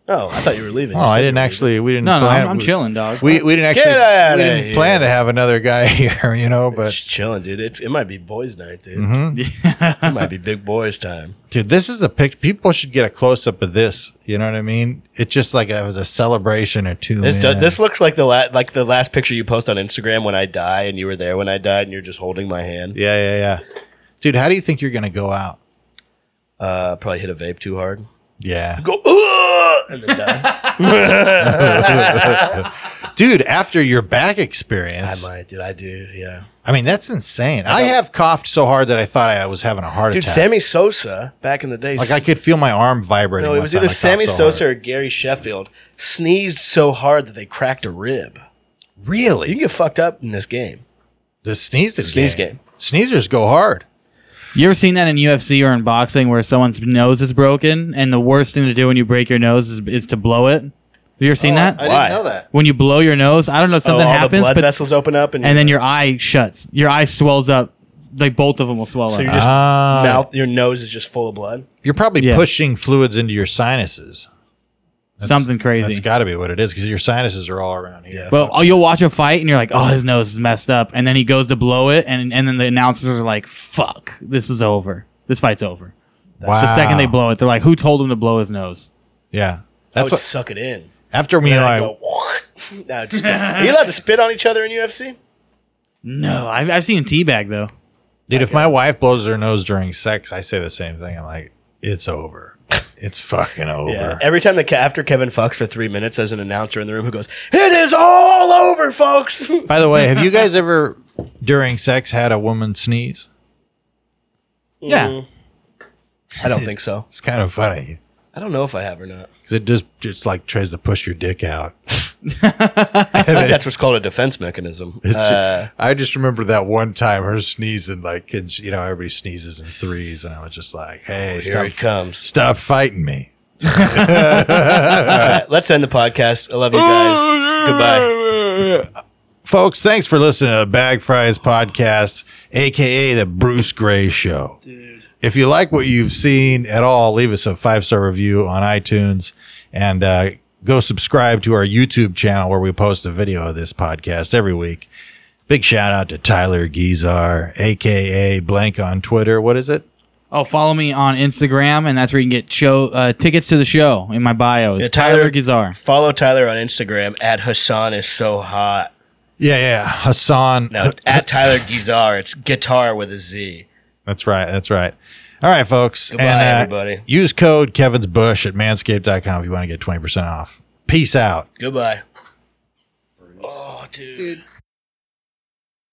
A: Oh, I thought you were leaving.
B: Oh,
A: You said
B: I
A: you
B: didn't
A: were
B: actually. We didn't.
C: No, no.
B: plan-
C: I'm, I'm
B: we-
C: chilling, dog.
B: We we didn't actually.
A: Get outta
B: We didn't
A: here.
B: plan to have another guy here, you know.
A: leaving.
B: But
A: Just chilling, dude. It's, it might be boys' night, dude.
B: Mm-hmm.
A: it might be big boys' time.
B: dude, this is a pic. People should get a close up of this. You know what I mean? It's just like it was a celebration or two.
A: This
B: man.
A: does, this looks like the la- like the last picture you post on Instagram when I die, and you were there when I died, and you're just holding my hand.
B: yeah, yeah, yeah. Dude, how do you think you're gonna go out?
A: Uh, probably hit a vape too hard.
B: Yeah,
A: Go "Ugh," and then die.
B: dude. After your back
A: I
B: experience, I,
A: might, dude. I do, yeah.
B: mean, that's insane. I, have coughed so hard that I thought I was having a heart
A: Dude,
B: attack.
A: Sammy Sosa back in the day.
B: like I could feel my arm vibrating.
A: no, it
B: one
A: was
B: time
A: either
B: I coughed
A: Sammy
B: so
A: Sosa
B: hard.
A: or Gary Sheffield sneezed so hard that they cracked a rib. You
B: Really,
A: can get fucked up in this game.
B: the sneeze
A: Sneeze game.
B: Sneezers go hard.
C: You ever seen that in UFC or in boxing where someone's nose is broken and the worst thing to do when you break your nose is, is to blow it? Have you ever seen that?
B: Oh, I
D: Why?
B: didn't know that.
C: when you blow your nose, I don't know, something
A: oh, all the
C: happens,
A: blood
C: but
A: vessels open up, and,
C: and then your eye shuts. Your eye swells up. Like both of them will swell
A: so
C: up.
A: your just
B: Ah.
A: mouth, your nose is just full of blood.
B: You're probably
C: Yeah.
B: pushing fluids into your sinuses.
C: Something
B: That's
C: crazy.
B: got to be what it is because your sinuses are all around here.
C: But oh, you'll watch a fight and you're like, oh, his nose is messed up. And then he goes to blow it, and, and then the announcers are like, fuck, this is over. This fight's over.
B: wow.
C: The second they blow it, they're like, who told him to blow his nose?
B: Yeah.
A: I
B: That's
A: would
B: what,
A: suck it in.
B: after me and
A: And Oh, I
B: I,
A: go, what? No, I'd spit. Are you allowed to spit on each other in UFC?
C: No, I've, I've seen a teabag, though.
B: dude, if my wife blows her nose during sex, I say the same thing. I'm like, it's over. it's fucking over.
A: Every time the ca- after Kevin fucks for three minutes, there's an announcer in the room who goes, "It is all over, folks."
B: By the way, have you guys ever during sex had a woman sneeze?
A: Mm.
C: Yeah.
A: Mm-hmm. I don't think so.
B: It's kind of funny
A: I don't know if I have or not.
B: because it just just like tries to push your dick out.
A: That's what's called a defense mechanism.
B: It's ju-
A: Uh,
B: I just remember that one time her sneezing, like, and she, you know, everybody sneezes in threes, and I was just like, "Hey,
A: Oh, here
B: stop,
A: it comes.
B: stop fighting me."
A: All right, let's end the podcast. I love you guys. Goodbye.
B: Oh, Folks, thanks for listening to the Bag Fries Podcast, aka the Bruce Gray Show. If you like what you've seen at all, leave us a five star review on iTunes and uh, go subscribe to our YouTube channel where we post a video of this podcast every week. Big shout out to Tyler Gizar, aka Blank on Twitter. What is it?
C: Oh, follow me on Instagram, and that's where you can get show uh, tickets to the show in my bio. It's
A: Yeah,
C: Tyler,
A: Tyler-
C: Gizar.
A: Follow Tyler on Instagram at Hassan is so hot.
B: Yeah, yeah, Hassan.
A: No, at Tyler Gizar. It's guitar with a Z.
B: That's right. That's right. All right, folks.
A: Goodbye,
B: And, uh,
A: everybody.
B: Use code Kevin's Bush at manscaped.com if you want to get 20% off. Peace out.
A: Goodbye. Oh, dude.